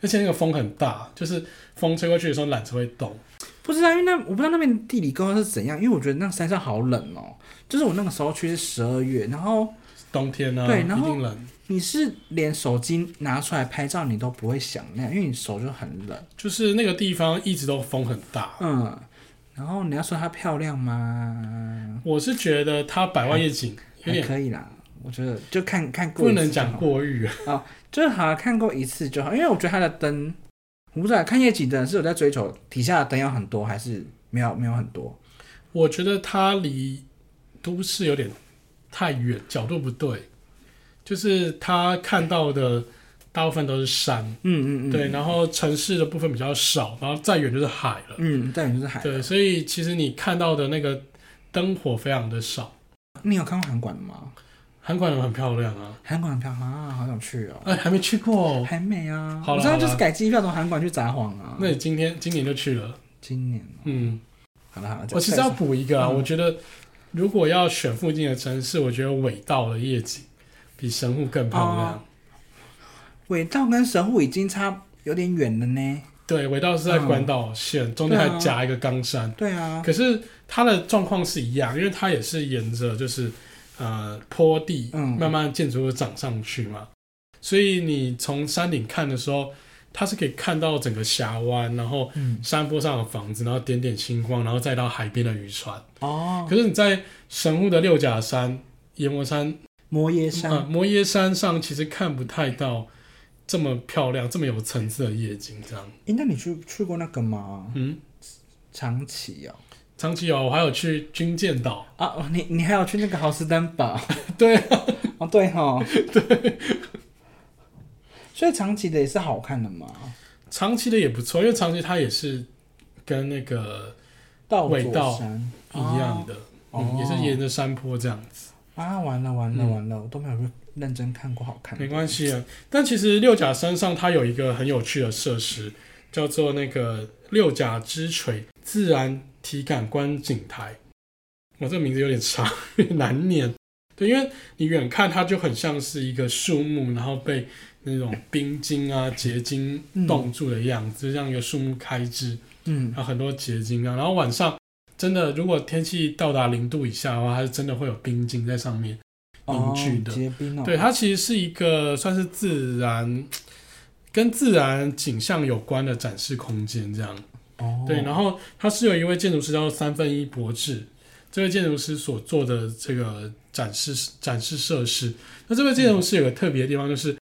而且那个风很大，就是风吹过去的时候缆车会动。
不知道，因为那我不知道那边地理构造是怎样，因为我觉得那个山上好冷哦、就是我那个时候去是十二月，然后
冬天呢、
对
一
然后
定冷。
你是连手机拿出来拍照你都不会想那样，因为你手就很冷。
就是那个地方一直都风很大。
嗯，然后你要说它漂亮吗？
我是觉得它百万夜景有
还
点
可以啦，我觉得就看看过
不
一次
能
就
讲
好，
过誉，啊
就是好像看过一次就好，因为我觉得它的灯，我不知道看夜景的人是有在追求底下的灯要很多，还是没有没有很多？
我觉得它离都市有点太远，角度不对。就是它看到的大部分都是山，
嗯嗯嗯，
对，然后城市的部分比较少，然后再远就是海了，
嗯，再远就是海。
对，所以其实你看到的那个灯火非常的少。
你有看过韩馆的吗？
韩国人很漂亮啊，
韩馆很漂亮啊，好想去哦、
哎，还没去过、哦，
还没啊，
好
我
啦
知道就
好
是
啦
改机票从韩馆去札幌啊。
那你今天今年就去了，
今年
嗯。
好了好了，
我其实要补一个啊，
嗯
我觉得如果要选附近的城市，我觉得尾道的夜景比神户更漂亮。
哦尾道跟神户已经差有点远了呢。
对，尾道是在关岛县，中间还夹一个冈山。
对啊，
可是它的状况是一样，因为它也是沿着就是呃坡地，
嗯
慢慢建筑物长上去嘛，所以你从山顶看的时候，它是可以看到整个峡湾，然后
嗯，
山坡上的房子，然后点点星光，然后再到海边的渔船。
哦，
可是你在神户的六甲山、岩摩山
摩耶
啊，
山，
摩耶山上其实看不太到这么漂亮、这么有层次的夜景，这样。
诶，那你去去过那个吗？
嗯，
长崎哦，
长崎有，我还有去军舰岛，
啊，哦你你还有去那个豪斯登堡？
对啊
哦，对哈，对。 所以长崎的也是好看的嘛，
长崎的也不错，因为长崎它也是跟那个
到
味道
山
一样的，
哦
嗯，也是沿着山坡这样子，
啊，完了完了
嗯
完了，我都没有认真看过好看的。
没关系啊。但其实六甲山上它有一个很有趣的设施，叫做那个六甲之锤自然体感观景台。我这个名字有点长， 有点难念。对，因为你远看它就很像是一个树木，然后被那种冰晶啊结晶冻住的样子，就像一个树木开枝，
嗯
然，后很多结晶啊。然后晚上真的，如果天气到达零度以下的话，它是真的会有冰晶在上面。凝
哦
聚的
结冰哦，
对，它其实是一个算是自然跟自然景象有关的展示空间，这样。
哦，
对，然后它是有一位建筑师叫做三分一博志，这位建筑师所做的这个展示展示设施。那这位建筑师有个特别的地方，就是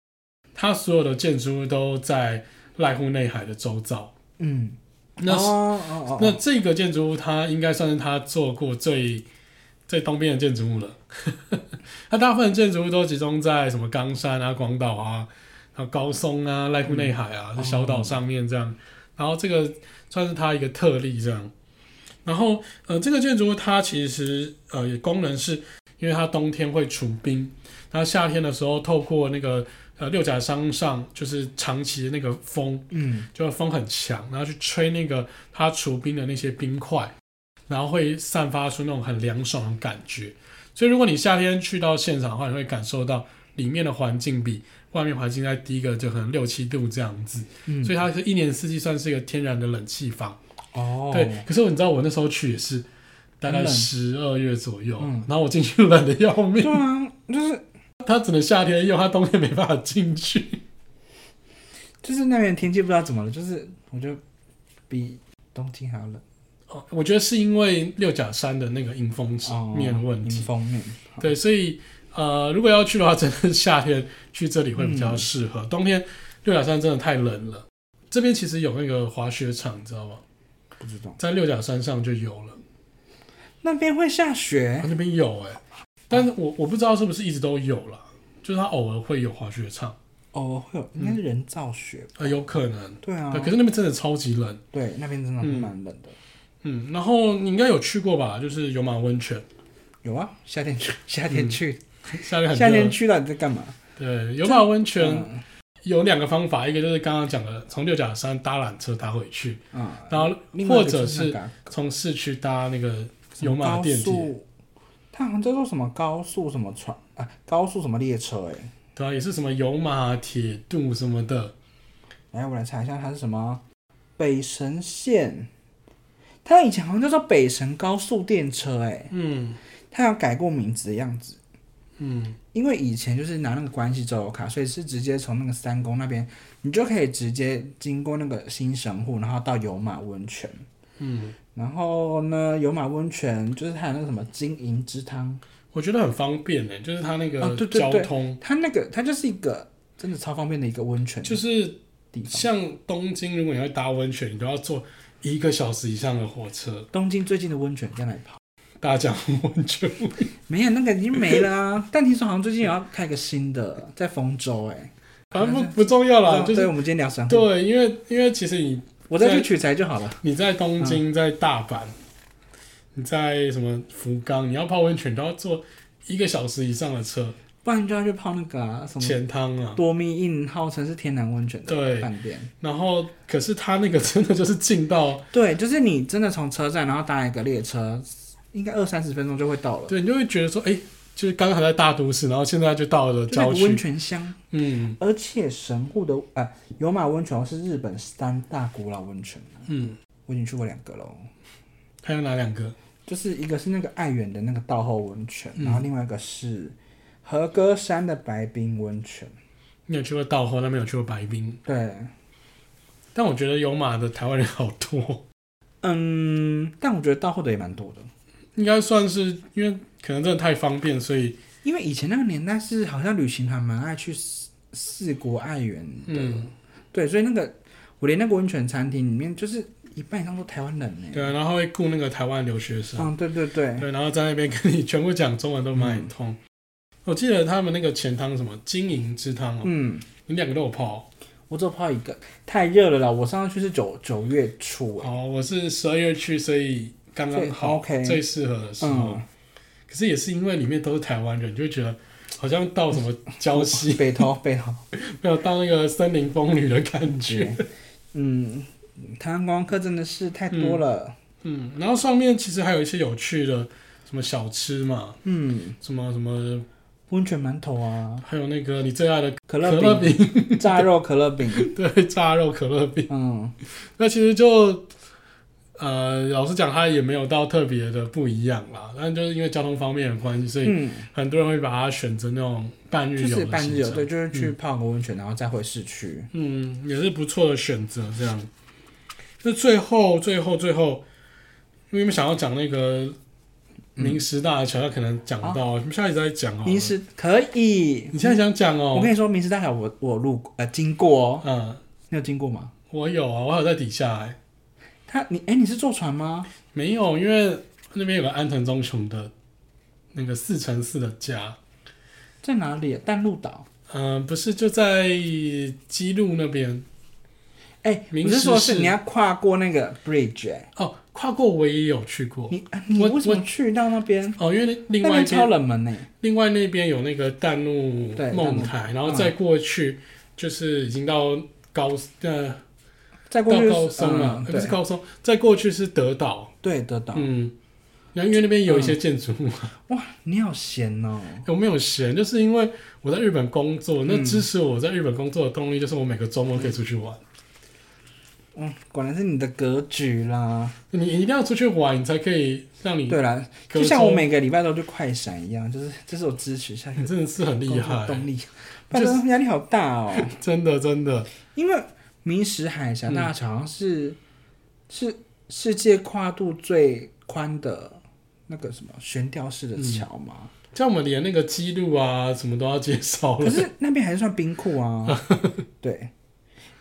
它所有的建筑物都在濑户内海的周遭。
嗯，
那、
哦哦哦，
那这个建筑物，它应该算是他做过最最东边的建筑物了。 它大部分建筑物都集中在什么冈山啊、广岛啊、然后高松啊、濑户内海啊、
嗯
小岛
哦
上面这样。然后这个算是它一个特例这样。然后呃，这个建筑物它其实呃也功能是，因为它冬天会除冰，它夏天的时候透过那个呃六甲山上就是长期的那个风，
嗯
就风很强，然后去吹那个它除冰的那些冰块，然后会散发出那种很凉爽的感觉。所以如果你夏天去到现场的话，你会感受到里面的环境比外面环境再低个就可能六七度这样子，
嗯，
所以它是一年四季算是一个天然的冷气房。
哦，
对，可是你知道我那时候去也是大概
很冷
十二月左右，
嗯
然后我进去冷的要命
对，啊，就是
它只能夏天用，它冬天没办法进去。
就是那边的天气不知道怎么了，就是我觉得比东京还要冷，
哦我觉得是因为六甲山的那个迎风面问
哦迎
题，
风面，
对，所以呃，如果要去的话，真的夏天去这里会比较适
嗯
合。冬天六甲山真的太冷了。这边其实有那个滑雪场，你知道吗？
不知道
在六甲山上就有了，
那边会下
它
雪，
那边有哎、但是我我不知道是不是一直都有啦，就是它偶尔会有滑雪场，
哦，会有，应该是人造雪，
呃，有可能。
对啊
对，，可是那边真的超级冷。
对，那边真的
嗯
蛮冷的。
嗯，然后你应该有去过吧？就是有马温 泉，
有啊，夏 天去，夏天去，
夏天很
夏天
热。
去了你在干嘛？
对，有马温泉
嗯
有两个方法，一个就是刚刚讲的，从六甲山搭缆车搭回去，
啊，
然后
另外一
或
个
者
就是
是
那个啊
从市区搭那个
什
有
么
马
高
电梯，
速，它啊好像叫做什么高速什么船啊，高速什么列车哎、
对啊，也是什么有马铁路什么的，
来，我来查一下它是什么。北神线，它以前好像叫做北神高速电车、哎，
嗯
它有改过名字的样子。
嗯，
因为以前就是拿那个关系周游卡，所以是直接从那个三宫那边，你就可以直接经过那个新神户，然后到有马温泉。
嗯，
然后呢，有马温泉就是它有那个什么金银之汤，
我觉得很方便呢，就是它那
哦
个
对对
交
对
通，
它那个它就是一个真的超方便的一个温泉
就是
地方。
像东京，如果你要搭温泉，你都要坐一个小时以上的火车，
东京最近的温泉在哪里跑？
大家讲温泉，
没有，那个已经没了啊。但听说好像最近也要开一个新的，在丰州哎、
反正不不重要啦，
对
就是啊
我们今天聊神户，
对，因为因为其实你
我再去取材就好了。
你在东
嗯
京，在大阪，你在什么福冈，你要泡温泉都要坐一个小时以上的车，
不然就要去泡那个、啊、什么
钱汤啊。
多密印，号称是天然温泉的
对
饭店。
然后，可是他那个真的就是近到，
对，就是你真的从车站，然后搭一个列车，应该二三十分钟就会到了。
对你就会觉得说，哎，就是刚刚还在大都市，然后现在就到了
就那
郊
个温
区。
泉乡，
嗯
而且神户的呃有马温泉是日本三大古老温泉，啊
嗯，
我已经去过两个了哦。
还有哪两个？
就是一个是那个爱媛的那个道后温泉，
嗯
然后另外一个是和歌山的白冰温泉。
你有去过道后，那边有去过白冰，
对，
但我觉得有马的台湾人好多，
嗯，但我觉得道后的也蛮多的，
应该算是因为可能真的太方便，所以
因为以前那个年代是好像旅行团蛮爱去四四国爱媛的，
嗯，
对，所以那个我连那个温泉餐厅里面就是一半以上都台湾人呢、
对啊，然后会雇那个台湾留学生，
嗯，对对对，
对，然啊后在那边跟你全部讲中文都蛮很通。我记得他们那个钱汤什么金银之汤哦，
嗯，
你两个都有泡
我只有泡一个，太热了啦！我上次去是九九月初、
哦。
欸，
哦，我是十二月去，所以刚刚好，
所以 OK
最适合的时候。
嗯，
可是也是因为里面都是台湾人，就觉得好像到什么礁 溪，
北投北 投，
没有到那个森林风旅的感觉。
对嗯，台湾观光客真的是太多了，
嗯，然后上面其实还有一些有趣的什么小吃嘛，
嗯，
什么什么，
温、泉馒头啊，
还有那个你最爱的可
可
乐
乐饼、
饼，
炸肉可乐饼，
对，炸肉可乐饼。
嗯，
那其实就，呃，老实讲，它也没有到特别的不一样啦。但就是因为交通方面的关系，所以
嗯，
很多人会把它选择那种半日
就
游
是
的
半日
行
游，对，
程。
就是去泡个温泉，然后再回市区。
嗯，也是不错的选择。这样，那最后、最后、最后，因为我们想要讲那个明石大桥，那可能讲不到，我们下一集再讲哦。
明，石可以，
你现在想讲哦
我？跟你说，明石大桥我我路过呃经过哦，
嗯，
你有经过吗？
我有啊，我还有在底下哎、
他你哎、你是坐船吗？
没有，因为那边有个安藤忠雄的那个四乘四的家。
在哪里啊？淡路岛。
嗯、不是，就在基路那边
哎、
明
我是
石
说
市
是你要跨过那个 bridge 哎、
哦。跨过我也有去过
你啊你
我
为什么去到那边？
哦，因为另
那
外一
边超
边
冷门呢、哎
另外那边有那个淡路
对
梦
淡
台，
路
然后再过去就是已经到高呃
再过
到
去
高松了，
嗯
呃不
对
是高松，再过去是德岛，
对得到，
嗯，然后因为那边有一些建筑物，
哇，你好闲哦。
我没有闲，就是因为我在日本工作，那
嗯
支持我在日本工作的动力就是我每个周末可以出去玩。
嗯，果然是你的格局啦。
你你一定要出去玩，你才可以让你，
对啦，
嗯格
就像我
周
每个礼拜都去快闪一样，就是这是我支持下一
你
个
真的是很厉
工作
害，
动力。
就
反
是
正压力好大哦，
真的真的。
因为明石海峡大桥好像是、是世界跨度最宽的那个什么悬吊式的桥嘛，
像我们连那个记录啊什么都要介绍
可
了，
是那边还是算冰库啊。对，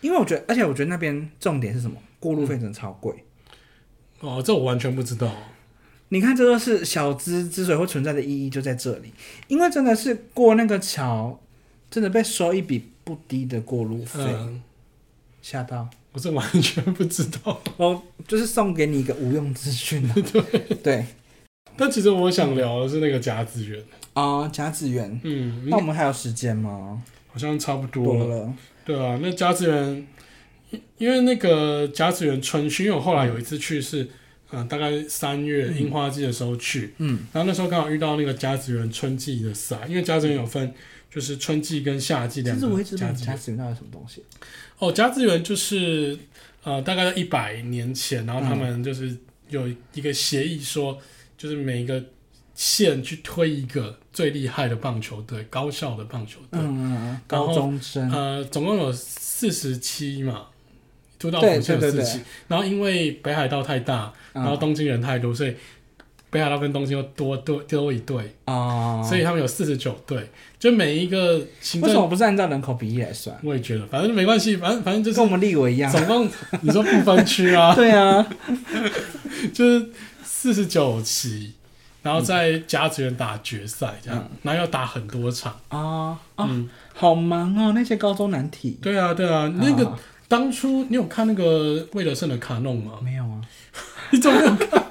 因为我觉得，而且我觉得那边重点是什么？过路费真的超贵。
哦，这我完全不知道。
你看，这就是小资之所以会存在的意义就在这里，因为真的是过那个桥，真的被收一笔不低的过路费，
嗯，
吓、到
我是完全不知道。
我，就是送给你一个无用资讯、啊。对对
但其实我想聊的是那个甲子园，
啊，甲子园，
嗯，
那我们还有时间吗？
好像差不多
多
了。
哦了，
对啊，那甲子园，因因为那个甲子园春训，因为我后来有一次去是，嗯、大概三月樱花季的时候去，
嗯
然后那时候刚好遇到那个甲子园春季的赛，因为甲子园有分就是春季跟夏季
其
两
实我
个
一直不
甲
懂
子
甲
园。
子园到底是什么东西，
哦，甲子园就是呃，大概在一百年前，然后
嗯
他们就是有一个协议说，就是每一个县去推一个最厉害的棒球队，高校的棒球队。
嗯嗯嗯，
然后
高中生，
呃，总共有四十七嘛，都道府
对
县有
对
四
对嗯
七，然后因为北海道太大，然后东京人太多，所以北海道跟东京又多多多一队，
啊，
所以他们有四十九队，就每一个行
为什
政，
么不是按照人口比例来算？
我也觉得，反正没关系，反正反正就是
跟我们立委一样，
总共你说不分区啊，
对啊，
就是四十九期。然后在甲子园打决赛，这样，然后要打很多场。
啊啊，
嗯，
好忙哦，那些高中难题。
对啊，对啊。那个
啊
当初你有看那个魏德胜的卡弄吗？
没有啊，
你怎么没有看？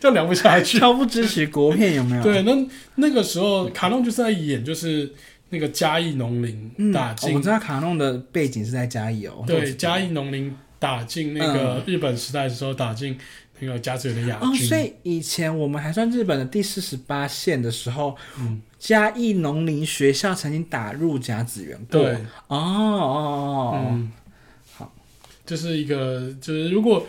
这样聊不下 去。
超不支持国片有没有？
对，那那个时候卡通就是在演，就是那个嘉义农林
嗯，
打进，
我知道卡弄的背景是在嘉义哦。我知
对
道
嘉义农林打进那个日本时代的时候打进那个甲子园的亚
哦，所
军。
以以前我们还算日本的第四十八县的时候，
嗯
嘉义农林学校曾经打入甲子园过。
对，
哦哦
嗯，
好，
就是一个就是如果
哦，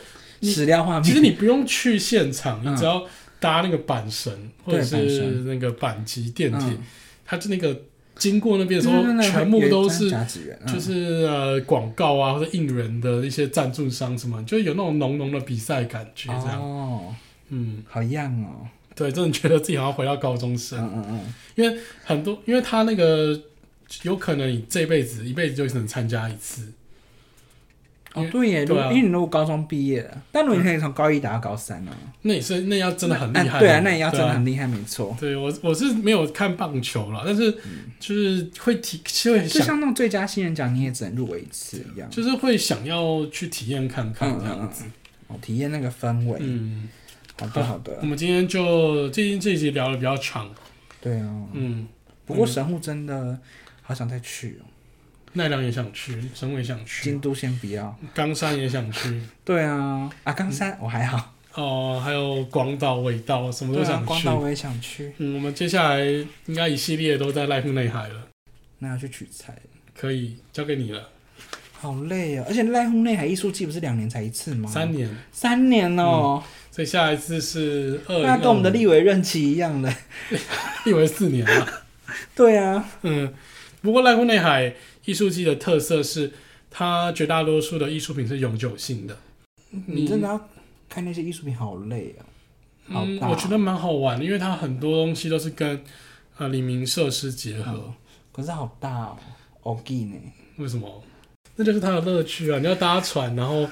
史料画面。
其实你不用去现场，
嗯
你只要搭那个板绳或者
对板
是
绳
那个板级电
嗯
铁，它就那个经过那边的
对
时候
对对，对
全部
有一
都
张
是
甲子园，嗯
就是呃广告啊或者应援的一些赞助商什么，就有那种浓浓的比赛感觉这样。
哦，
嗯，
好样哦。
对，真的觉得自己好像回到高中生，
嗯嗯嗯，
很多因为他那个有可能你这辈子一辈子就只能参加一次。因
哦
为
对耶，如
对啊
因为你如果高中毕业了，但如果你可以从高一打到高三呢？
那也是那要真的很厉
那
害、
对啊，那也要真的
对啊
很厉害，没错。
对我我是没有看棒球啦，但是就是会体就会
就
想
像那种最佳新人奖，你也只能入围一次一样，
就是会想要去体验看看这样子。
哦，体验那个氛围。
嗯，
好的，好的
我，们今天就最近这一集聊的比较长，
对啊。
嗯，
不过神户真的好想再去哦，
奈良也想去，神户也想去，
京都先不要。
冈山也想去，
对啊，啊，冈山我还好，
哦、还有广岛、尾道，什么
对
都
啊
想，
广
去。
岛我也想去，
嗯，我们接下来应该一系列都在濑户内海了，
那要去取材，
可以交给你了。
好累啊！而且濑户内海艺术季不是两年才一次吗？
三年，
三年哦，
所以下一次是二零
那
二
跟我们的立委任期一样的。
以为四年了。
对啊，
嗯，不过濑户内海艺术季的特色是，它绝大多数的艺术品是永久性的。
你真的要看那些艺术品，好累啊。好
嗯，
大
我觉得蛮好玩的，因为它很多东西都是跟呃李明设施结合。
嗯可是好大哦，哦，g 呢？
为什么？那就是它的乐趣啊！你要搭船，然后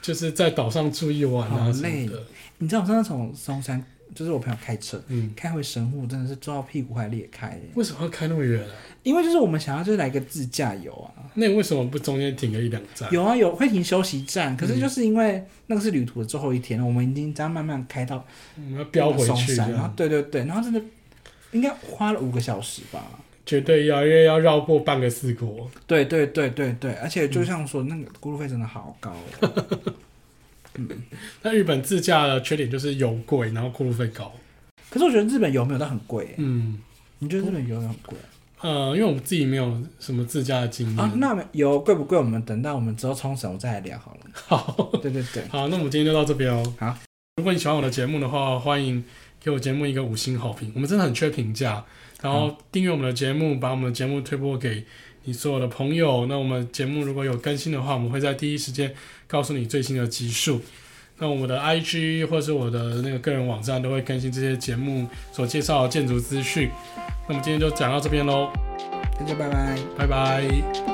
就是在岛上住一晚啊
好
什
累
么的。
你知道我上次从松山，就是我朋友开车
嗯，
开回神户，真的是坐到屁股快裂开耶。
为什么要开那么远啊？
因为就是我们想要就是来个自驾游啊，
那你为什么不中间停个一两站？
有啊有会停休息站，
嗯
可是就是因为那个是旅途的最后一天，我们已经这样慢慢开到
我们要飙回
松啊
去，
山，
这
然后
样
对对对，然后真的应该花了五个小时吧。
绝对要，因为要绕过半个四国。嗯
对对对对对，而且就像说那个过路费真的好高哦、
那日本自驾的缺点就是油贵，然后过路费高。
可是我觉得日本油没有到很贵欸，
嗯，
你觉得日本油没有很贵
呃，因为我们自己没有什么自驾的经验。
啊？那我们油贵不贵？我们等到我们之后冲绳我再来聊好了。
好，
对对对，
好，那我们今天就到这边哦。
好，
如果你喜欢我的节目的话，欢迎给我节目一个五星好评，我们真的很缺评价。然后订阅我们的节目，把我们的节目推播给你所有的朋友。那我们节目如果有更新的话，我们会在第一时间告诉你最新的集数。那我的 IG 或是我的那个个人网站都会更新这些节目所介绍的建筑资讯。那我们今天就讲到这边喽，
大家拜拜。
拜拜。